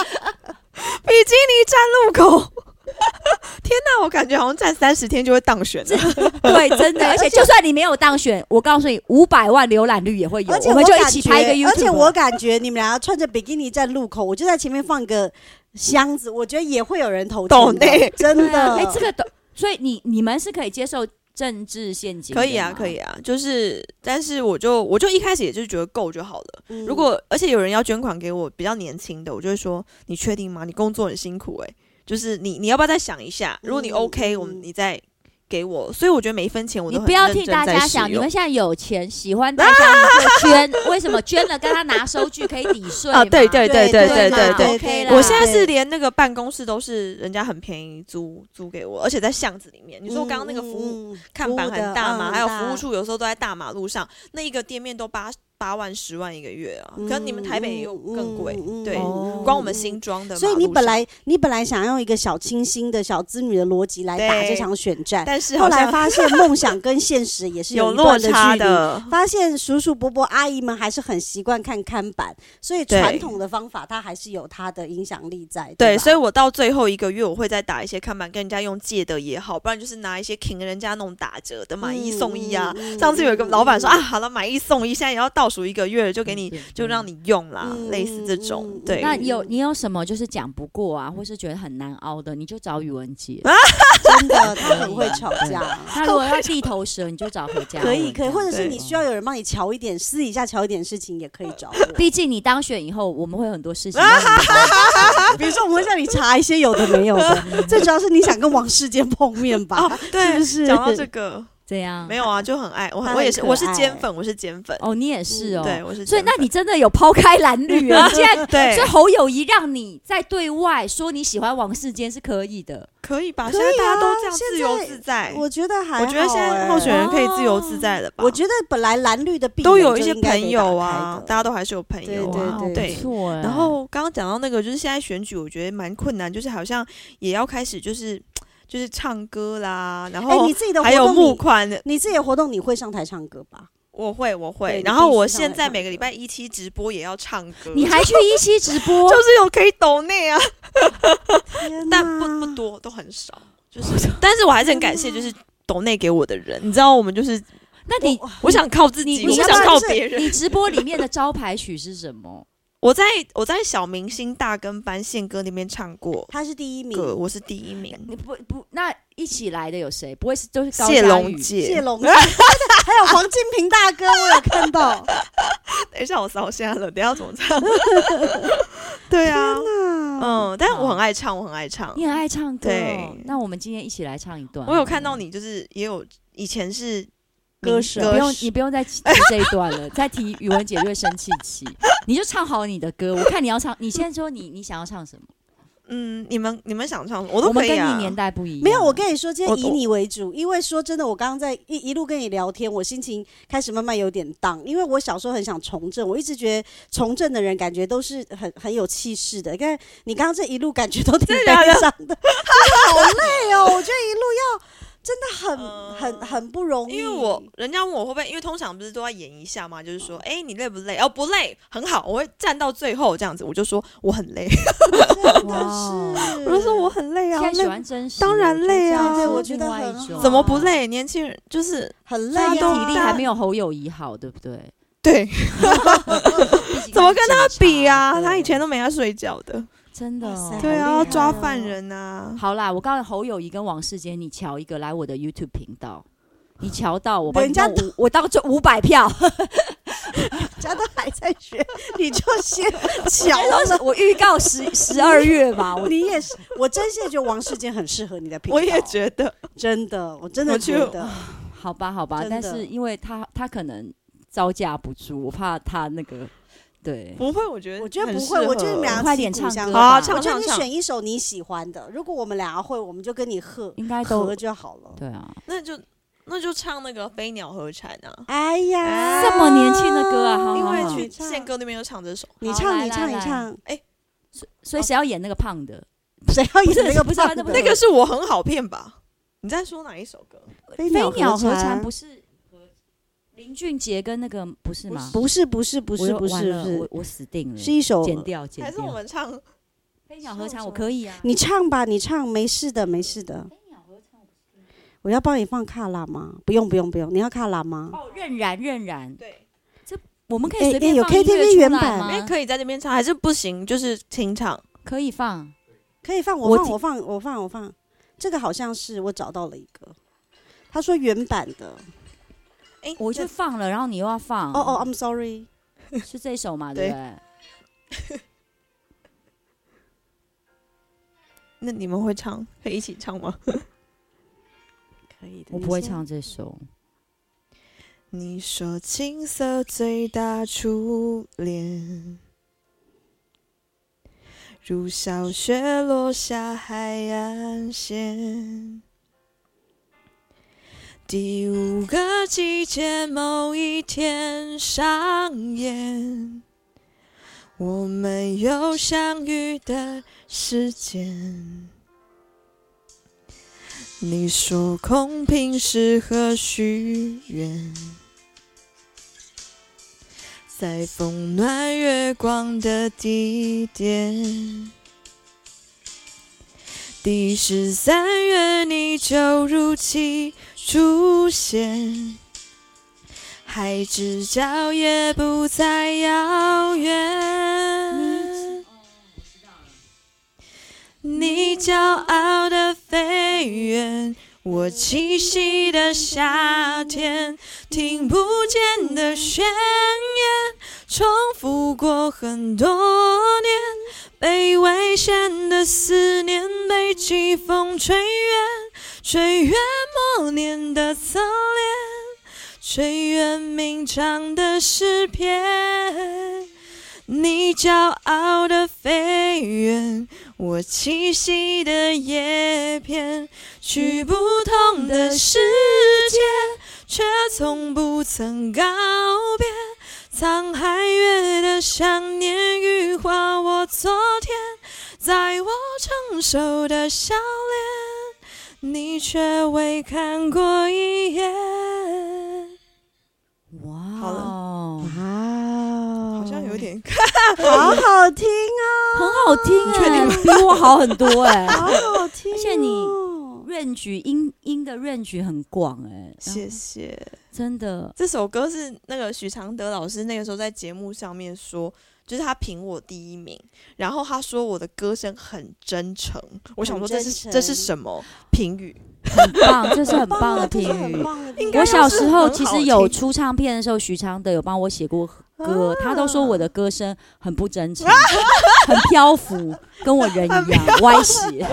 Speaker 5: 基尼站路口， 天哪，我感觉好像站三十天就会当选了。
Speaker 4: 对，真的，而且就算你没有当选，我告诉你，五百万浏览率也会有，
Speaker 3: 而且
Speaker 4: 我们就一
Speaker 3: 感
Speaker 4: 起
Speaker 3: 觉
Speaker 4: 拍一个 YouTube。啊
Speaker 3: 而且我感觉你们俩穿着比基尼站路口，我就在前面放个箱子，我觉得也会有人投
Speaker 5: 抖
Speaker 3: 钱的
Speaker 5: 内
Speaker 3: 真
Speaker 4: 对
Speaker 3: 的。
Speaker 4: 啊，哎、这个都，所以你你们是可以接受政治陷阱，
Speaker 5: 可以啊，可以。啊，就是，但是我就我就一开始也就觉得够就好了。
Speaker 3: 嗯
Speaker 5: 如果而且有人要捐款给我，比较年轻的，我就会说，你确定吗？你工作很辛苦诶、就是你你要不要再想一下？如果你
Speaker 3: 嗯
Speaker 5: OK，、
Speaker 3: 嗯
Speaker 5: 我们你再给我。所以我觉得每一分钱我都
Speaker 4: 你
Speaker 5: 很
Speaker 4: 不要
Speaker 5: 认
Speaker 4: 替
Speaker 5: 真
Speaker 4: 大
Speaker 5: 在
Speaker 4: 家
Speaker 5: 使
Speaker 4: 想，你
Speaker 5: 用
Speaker 4: 们现在有钱，喜欢大 家你就捐，为什么捐了跟他拿收据可以抵税
Speaker 5: 啊，对
Speaker 4: 嘛
Speaker 5: 对
Speaker 3: 对
Speaker 5: 对
Speaker 3: 嗯
Speaker 5: 对
Speaker 4: 嘛
Speaker 5: 对对
Speaker 4: OK
Speaker 5: 对。
Speaker 4: 啦
Speaker 5: 我现在是连那个办公室都是人家很便宜租租给我，而且在巷子里面。你说我刚刚那个服
Speaker 3: 嗯
Speaker 5: 务
Speaker 3: 务嗯
Speaker 5: 看板很大嘛，还有服务
Speaker 3: 处。
Speaker 5: 处有时候都在大马路上，那一个店面都八八万十万一个月啊，可能你们台北也有更贵
Speaker 3: 嗯嗯，
Speaker 5: 对
Speaker 4: 嗯嗯，
Speaker 5: 光我们新庄的马路
Speaker 3: 所
Speaker 5: 上，
Speaker 3: 以你本来你本来想用一个小清新的小资女的逻辑来打
Speaker 5: 对
Speaker 3: 这场选战，
Speaker 5: 但是
Speaker 3: 后
Speaker 5: 好
Speaker 3: 来
Speaker 5: 像
Speaker 3: 发现梦想跟现实也是
Speaker 5: 有
Speaker 3: 一
Speaker 5: 落
Speaker 3: 段的距
Speaker 5: 差
Speaker 3: 离。
Speaker 5: 的，
Speaker 3: 发现叔叔伯伯阿姨们还是很习惯看看板，所以
Speaker 5: 对
Speaker 3: 传统的方法它还是有它的影响力在。
Speaker 5: 对，所以
Speaker 3: 以
Speaker 5: 我到最后一个月，我会再打一些看板，跟人家用借的也好，不然就是拿一些请人家那种打折的买一送一啊。
Speaker 3: 嗯
Speaker 5: 上次有一个老板说啊，，好了，买一送一，现在也要倒数一个月了，
Speaker 4: 嗯
Speaker 5: 就给你，就让你用啦，
Speaker 3: 嗯
Speaker 5: 类似这种。
Speaker 3: 嗯嗯
Speaker 5: 对，
Speaker 4: 那有你有什么就是讲不过啊，或是觉得很难熬的，你就找宇文杰。
Speaker 3: 啊真的他很 会吵架。
Speaker 4: 那如果要地头蛇，你就找何家。
Speaker 3: 可以可以，或者是你
Speaker 4: 对
Speaker 3: 需要有人帮你瞧一点，私底下瞧一点事情也可以找我。
Speaker 4: 毕竟你当选以后，我们会有很多事情让你
Speaker 3: 啊
Speaker 4: 忙。
Speaker 3: 比如说，我们会叫你查一些有的没有 的，最主要是你想跟王世坚碰面吧？
Speaker 5: 哦，对，
Speaker 3: 是不是
Speaker 5: 讲到这个，
Speaker 4: 这样
Speaker 5: 没有啊，就很爱我，
Speaker 3: 他
Speaker 5: 我也
Speaker 3: 很
Speaker 5: 是，
Speaker 3: 可
Speaker 5: 我是
Speaker 3: 爱
Speaker 5: 尖粉，我是尖粉，
Speaker 4: 哦，你也是哦。
Speaker 5: 对，
Speaker 3: 嗯
Speaker 5: 我是尖粉。
Speaker 4: 所以那你真的有抛开蓝绿 啊？你现在
Speaker 5: 对
Speaker 4: 所以侯友谊让你在对外说你喜欢王世坚是可以的，
Speaker 5: 可以吧？
Speaker 3: 可
Speaker 5: 现在
Speaker 3: 以
Speaker 5: 大家都
Speaker 3: 啊
Speaker 5: 这样
Speaker 3: 现
Speaker 5: 自由
Speaker 3: 在
Speaker 5: 自在，
Speaker 3: 我觉得还
Speaker 5: 我觉得现在候选
Speaker 3: 人，
Speaker 5: 人可以自由自在的吧？
Speaker 3: 我觉得本来蓝绿的壁垒
Speaker 5: 都有一
Speaker 3: 就
Speaker 5: 些
Speaker 3: 应该得
Speaker 5: 朋友
Speaker 3: 打开
Speaker 5: 啊
Speaker 3: 的，
Speaker 5: 大家都还是有朋友
Speaker 3: 对
Speaker 5: 啊
Speaker 4: 哇，
Speaker 3: 对
Speaker 5: 对
Speaker 4: 不错哎。
Speaker 5: 然后刚刚讲到那个，就是现在选举，我觉得蛮困难，就是好像也要开始就是就是唱歌啦，然
Speaker 3: 哎，
Speaker 5: 后
Speaker 3: 你自己的活
Speaker 5: 还有
Speaker 3: 动
Speaker 5: 募
Speaker 3: 你，
Speaker 5: 款，
Speaker 3: 你自己的活动你会上台唱歌吧？
Speaker 5: 我会我
Speaker 3: 对
Speaker 5: 会
Speaker 3: 你。
Speaker 5: 然后
Speaker 3: 必须
Speaker 5: 我
Speaker 3: 上
Speaker 5: 现
Speaker 3: 来
Speaker 5: 在
Speaker 3: 唱
Speaker 5: 每个礼
Speaker 3: 歌
Speaker 5: 拜一期直播也要唱歌，
Speaker 4: 你还去一期直 播，
Speaker 5: 就是有可以抖内啊，
Speaker 3: 天
Speaker 5: 但
Speaker 3: 哪
Speaker 5: 不不多，都很少，就是，但是我还是很感谢就是
Speaker 3: 啊
Speaker 5: 抖内给我的人，你知道我们就是
Speaker 4: 那你
Speaker 5: 我想靠自己，
Speaker 4: 你
Speaker 5: 我
Speaker 4: 你
Speaker 5: 不
Speaker 4: 要
Speaker 5: 想
Speaker 4: 不要
Speaker 5: 靠
Speaker 3: 是
Speaker 5: 别人。
Speaker 4: 你直播里面的招牌曲是什么？
Speaker 5: 我在我在小明星大跟班宪歌那边唱过
Speaker 3: 他是第一名，
Speaker 5: 歌，我是第一名。
Speaker 4: 你不不，那一起来的有谁？不会是都是高
Speaker 5: 谢
Speaker 4: 嘉
Speaker 5: 龙
Speaker 4: 瑜
Speaker 5: 姐，
Speaker 3: 谢龙， 还有黄金平大哥，我有看到。
Speaker 5: 等一下我烧瞎了，等一下怎 么唱？对啊，嗯，但是我很爱唱，我很爱唱。
Speaker 4: 你很爱唱歌、哦
Speaker 5: 对，
Speaker 4: 那我们今天一起来唱一段。
Speaker 5: 我有看到你，就是也有以前是
Speaker 3: 歌
Speaker 5: 民
Speaker 3: 手
Speaker 4: 不
Speaker 5: 歌
Speaker 4: 用
Speaker 5: 手
Speaker 4: 你不用再提这一段了， 再提语文姐就会生气气。你就唱好你的歌，我看你要唱，你先说你你想要唱什么？
Speaker 5: 嗯，你们你们想唱什么，我都
Speaker 4: 我们
Speaker 5: 可以
Speaker 4: 跟
Speaker 5: 啊
Speaker 4: 你。年代不一样。
Speaker 3: 没有，我跟你说，今天
Speaker 5: 我
Speaker 3: 以你为主，因为说真的，我刚刚在一一路跟你聊天，我心情开始慢慢有点荡，因为我小时候很想从政，我一直觉得从政的人感觉都是很很有气势的。你看你刚刚这一路感觉都挺悲
Speaker 5: 假的
Speaker 3: 伤 的，真的好累哦，我觉得一路要真的很很很不容易。
Speaker 5: 因为我人家问我会不会，因为通常不是都要演一下嘛，就是说，哎、你累不累？哦，不累，很好，我会站到最后这样子，我就说我很累，
Speaker 3: 真的
Speaker 4: 哇哦
Speaker 3: 是，
Speaker 5: 我就说我很累啊，
Speaker 4: 现在喜
Speaker 5: 累
Speaker 4: 欢哦真实，
Speaker 5: 当然累啊
Speaker 4: 对，
Speaker 3: 对我觉得很好
Speaker 5: 怎么不累？年轻人就是
Speaker 3: 很累
Speaker 4: 虽然
Speaker 3: 啊，
Speaker 4: 体力还没有侯友谊好，对不对？
Speaker 5: 对，
Speaker 4: 毕竟
Speaker 5: 怎么跟他比啊？
Speaker 4: 对
Speaker 5: 他以前都没他睡觉的。
Speaker 4: 真的、
Speaker 3: 哇塞
Speaker 4: 哦。
Speaker 5: 对
Speaker 3: 好厉害
Speaker 5: 啊，
Speaker 3: 哦
Speaker 5: 抓犯人
Speaker 3: 嗯
Speaker 5: 啊！
Speaker 4: 好啦，我告诉你侯友谊跟王世坚，你瞧一个来我的 YouTube 频道，你瞧到我帮你
Speaker 3: 人家
Speaker 4: 弄五，我当这五百 票，
Speaker 3: 人家都还在学，你就 先瞧
Speaker 4: 都是
Speaker 3: 了。
Speaker 4: 我预告十十二月吧， 我
Speaker 3: 你也是，我真心地觉得王世坚很适合你的频道。
Speaker 5: 我也觉得，
Speaker 3: 真的，我真的
Speaker 5: 我
Speaker 3: 觉
Speaker 5: 去
Speaker 3: 得，
Speaker 4: 好吧好吧，
Speaker 3: 真的
Speaker 4: 但是因为他他可能招架不住，我怕他那个对。
Speaker 5: 不会，我觉得
Speaker 3: 我觉得
Speaker 5: 很
Speaker 3: 不
Speaker 5: 适
Speaker 3: 会，我觉得
Speaker 5: 合
Speaker 3: 你们俩
Speaker 4: 快点唱歌
Speaker 5: 好啊
Speaker 4: 吧，
Speaker 5: 唱
Speaker 3: 我觉得
Speaker 5: 唱
Speaker 3: 你
Speaker 5: 唱
Speaker 3: 选一首你喜欢的。如果我们俩会，我们就跟你和
Speaker 4: 应该都
Speaker 3: 和哦就好了。
Speaker 4: 对啊，
Speaker 5: 那就那就唱那个《飞鸟和蝉》啊，
Speaker 3: 哎呀，
Speaker 4: 这么年轻的歌啊好
Speaker 5: 因
Speaker 4: 好
Speaker 5: 为
Speaker 4: 好
Speaker 5: 去
Speaker 3: 唱
Speaker 5: 宪哥那边就唱这首。
Speaker 3: 你
Speaker 4: 好
Speaker 3: 唱，
Speaker 4: 来
Speaker 3: 你
Speaker 4: 来
Speaker 3: 唱，你
Speaker 4: 来
Speaker 3: 唱，
Speaker 4: 所以谁要演那个胖的？
Speaker 3: 谁要演
Speaker 4: 是
Speaker 3: 那个
Speaker 4: 不是啊
Speaker 3: 胖
Speaker 4: 那
Speaker 3: 的？
Speaker 4: 不
Speaker 5: 那个是我很好骗吧？你在说哪一首歌？
Speaker 3: 飞
Speaker 4: 飞
Speaker 3: 鸟
Speaker 4: 鸟
Speaker 3: 和
Speaker 4: 和
Speaker 3: 蝉
Speaker 4: 蝉不是和林俊杰跟那个不是吗？
Speaker 3: 不是，不是，不
Speaker 4: 我
Speaker 3: 是，
Speaker 4: 又
Speaker 3: 不
Speaker 4: 完
Speaker 3: 是，
Speaker 4: 了我
Speaker 3: 不
Speaker 4: 我死定了，
Speaker 3: 是，是一首。
Speaker 4: 剪掉剪
Speaker 5: 还是我
Speaker 4: 掉。
Speaker 5: 们唱？
Speaker 4: 飞鸟和蝉我可以啊，
Speaker 3: 你唱吧，你唱，没事的，没事的。我要帮你放卡拉吗？不用，不用，不用。你要卡拉吗？
Speaker 4: 哦，任然任然，
Speaker 5: 对，
Speaker 4: 我们可
Speaker 3: 哎
Speaker 4: 以随便
Speaker 3: 哎有
Speaker 4: 放音
Speaker 3: KTV
Speaker 4: 乐出
Speaker 3: 原
Speaker 4: 来
Speaker 3: 版
Speaker 4: 吗
Speaker 5: 哎，可以在这边唱，还是不行？就是清唱。
Speaker 4: 可以放。
Speaker 3: 可以放，我
Speaker 4: 我
Speaker 3: 放，
Speaker 4: 记
Speaker 3: 我放，我放，我放。这个好像是我找到了一个，他说原版的。
Speaker 5: 哎，
Speaker 4: 我就
Speaker 5: 那
Speaker 4: 放了，然后你又要放。
Speaker 3: 哦哦，I'm sorry。
Speaker 4: 是这首嘛，
Speaker 5: 对
Speaker 4: 对不对？
Speaker 5: 那你们会唱，可以一起唱吗？
Speaker 3: 可以的，
Speaker 4: 我
Speaker 3: 你
Speaker 4: 不会
Speaker 3: 先。
Speaker 4: 唱这首。
Speaker 5: 你说青涩最大初恋，如小雪落下海岸线。第五个季节某一天上演，我们有相遇的时间。你说空瓶适合许愿，在风暖月光的地点。第十三月，你就如期出现，海之角也不再遥远。你骄傲的飞远，我栖息的夏天，听不见的宣言，重复过很多年，被危险的思念被季风吹远，吹远默念的侧脸，吹远鸣唱的诗篇。你骄傲的飞远，我栖息的叶片，去不同的世界，却从不曾告别。沧海月的想念羽化我昨天，在我成熟的笑脸，你却未看过一眼。
Speaker 4: 哇，
Speaker 5: 好
Speaker 4: 了，
Speaker 3: 哇，
Speaker 5: 好像有点
Speaker 3: 好好听
Speaker 4: 很好听
Speaker 3: 嗯
Speaker 4: 哎、比我好很多哎、
Speaker 3: 啊，好好听哦。
Speaker 4: 而且你 range 音音的 range 很广哎、
Speaker 5: 谢谢。
Speaker 4: 真的
Speaker 5: 这首歌是那个许常德老师那个时候在节目上面说，就是他评我第一名，然后他说我的歌声很真诚，我想说这
Speaker 3: 真
Speaker 5: 是
Speaker 3: 诚
Speaker 5: 这是什么评语？
Speaker 4: 很棒，这是很
Speaker 3: 很
Speaker 4: 棒的
Speaker 3: 啊这
Speaker 4: 评
Speaker 3: 是很
Speaker 4: 语。
Speaker 3: 棒的
Speaker 5: 应
Speaker 3: 评语。
Speaker 5: 该
Speaker 4: 我
Speaker 5: 要
Speaker 4: 小
Speaker 5: 是
Speaker 4: 时候
Speaker 5: 很
Speaker 4: 其
Speaker 5: 好
Speaker 4: 实有
Speaker 5: 听
Speaker 4: 出唱片的时候，许常德有帮我写过歌，他都说我
Speaker 5: 啊
Speaker 4: 的歌声很不真 诚，很漂浮，跟我人一样歪斜。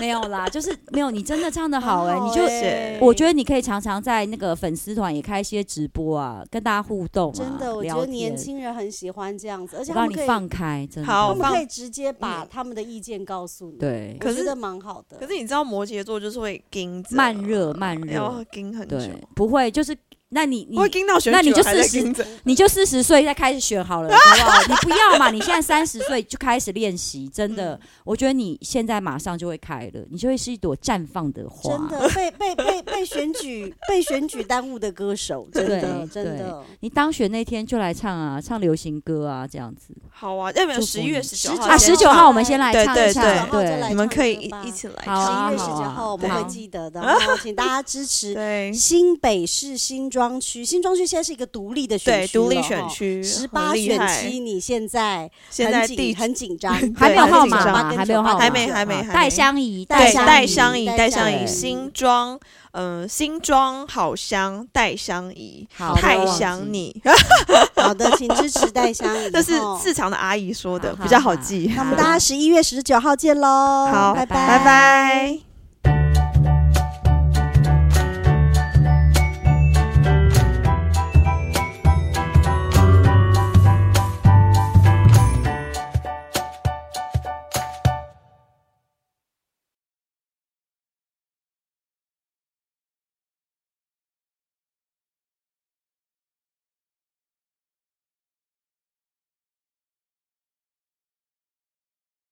Speaker 4: 没有啦，就是没有你真的唱的好哎、你就
Speaker 5: 欸
Speaker 4: 我觉得你可以常常在那个粉丝团也开一些直播啊，跟大家互动、啊。
Speaker 3: 真的，我觉
Speaker 4: 聊
Speaker 3: 得
Speaker 4: 天
Speaker 3: 年，轻人很喜欢这样子，而且
Speaker 4: 我
Speaker 3: 他
Speaker 4: 让
Speaker 3: 们
Speaker 4: 你
Speaker 3: 可以，
Speaker 4: 放开，真的。
Speaker 5: 好
Speaker 3: 他们可
Speaker 5: 放
Speaker 3: 以直接把
Speaker 5: 嗯
Speaker 3: 他们的意见告诉你，
Speaker 4: 对，
Speaker 3: 我
Speaker 5: 可
Speaker 3: 觉
Speaker 5: 是
Speaker 3: 得蛮好的。
Speaker 5: 可是你知道摩羯座就是会盯着
Speaker 4: 慢，热慢热
Speaker 5: 要，盯很久
Speaker 4: 对，，不会就是，那你你
Speaker 5: 我会盯到选举
Speaker 4: 那你就
Speaker 5: 还在
Speaker 4: 40
Speaker 5: 盯着
Speaker 4: 你就四十岁再开始选好了，好不好？你不要嘛，你现在三十岁就开始练习，真的，我觉得你现在马上就会开了，你就会是一朵绽放的花。
Speaker 3: 真的被被被被选举被选举耽误的歌手，真的
Speaker 4: 对
Speaker 3: 真的。
Speaker 4: 你当选那天就来唱啊，唱流行歌啊，这样子
Speaker 5: 好啊，要不要
Speaker 4: 祝福
Speaker 5: 十一
Speaker 4: 你
Speaker 5: 月十九
Speaker 3: 19
Speaker 5: 号
Speaker 4: 啊。
Speaker 5: 先
Speaker 4: 十
Speaker 3: 19
Speaker 4: 九
Speaker 5: 唱
Speaker 4: 号我们先来
Speaker 5: 对
Speaker 4: 唱
Speaker 5: 对
Speaker 4: 一下，
Speaker 5: 对
Speaker 3: 19号就来
Speaker 5: 你们可以
Speaker 3: 唱歌吧
Speaker 5: 一一起来
Speaker 4: 好
Speaker 3: 十
Speaker 5: 唱，
Speaker 4: 啊
Speaker 3: 一月十
Speaker 4: 好
Speaker 3: 九
Speaker 4: 啊
Speaker 3: 号我们
Speaker 4: 好
Speaker 3: 会记得的，然后请大家支持
Speaker 5: 对，
Speaker 3: 新北市新庄庄区，新庄区现在是一个独立的选
Speaker 5: 对，
Speaker 3: 区了，
Speaker 5: 独立选区，
Speaker 3: 十
Speaker 5: 很
Speaker 3: 八
Speaker 5: 厉
Speaker 3: 选
Speaker 5: 害
Speaker 3: 七，你现在
Speaker 5: 现在
Speaker 3: 很紧
Speaker 5: 地
Speaker 3: 很紧张，
Speaker 4: 还没有
Speaker 5: 对
Speaker 4: 号
Speaker 5: 很紧
Speaker 4: 码
Speaker 5: 张
Speaker 4: 嘛，还没有号码，
Speaker 5: 还没还没
Speaker 4: 啊
Speaker 5: 还
Speaker 4: 戴
Speaker 5: 没
Speaker 4: 相宜，
Speaker 3: 戴
Speaker 5: 对，
Speaker 3: 相
Speaker 5: 戴
Speaker 3: 宜
Speaker 5: 相宜，
Speaker 3: 戴
Speaker 5: 戴
Speaker 3: 相
Speaker 5: 相
Speaker 4: 宜
Speaker 5: 宜，新庄，嗯，新庄好香，戴相宜，
Speaker 4: 好
Speaker 3: 的
Speaker 5: 太
Speaker 3: 忘
Speaker 5: 想
Speaker 4: 记
Speaker 5: 你，。
Speaker 3: 好的，请支持戴香 宜
Speaker 5: 这是
Speaker 3: 吼
Speaker 5: 市场的阿姨说的，
Speaker 4: 好
Speaker 5: 比较
Speaker 4: 好好
Speaker 5: 好记。
Speaker 3: 那我们大家十一月十九号见喽，
Speaker 5: 好
Speaker 3: 拜
Speaker 4: 拜
Speaker 5: 拜拜。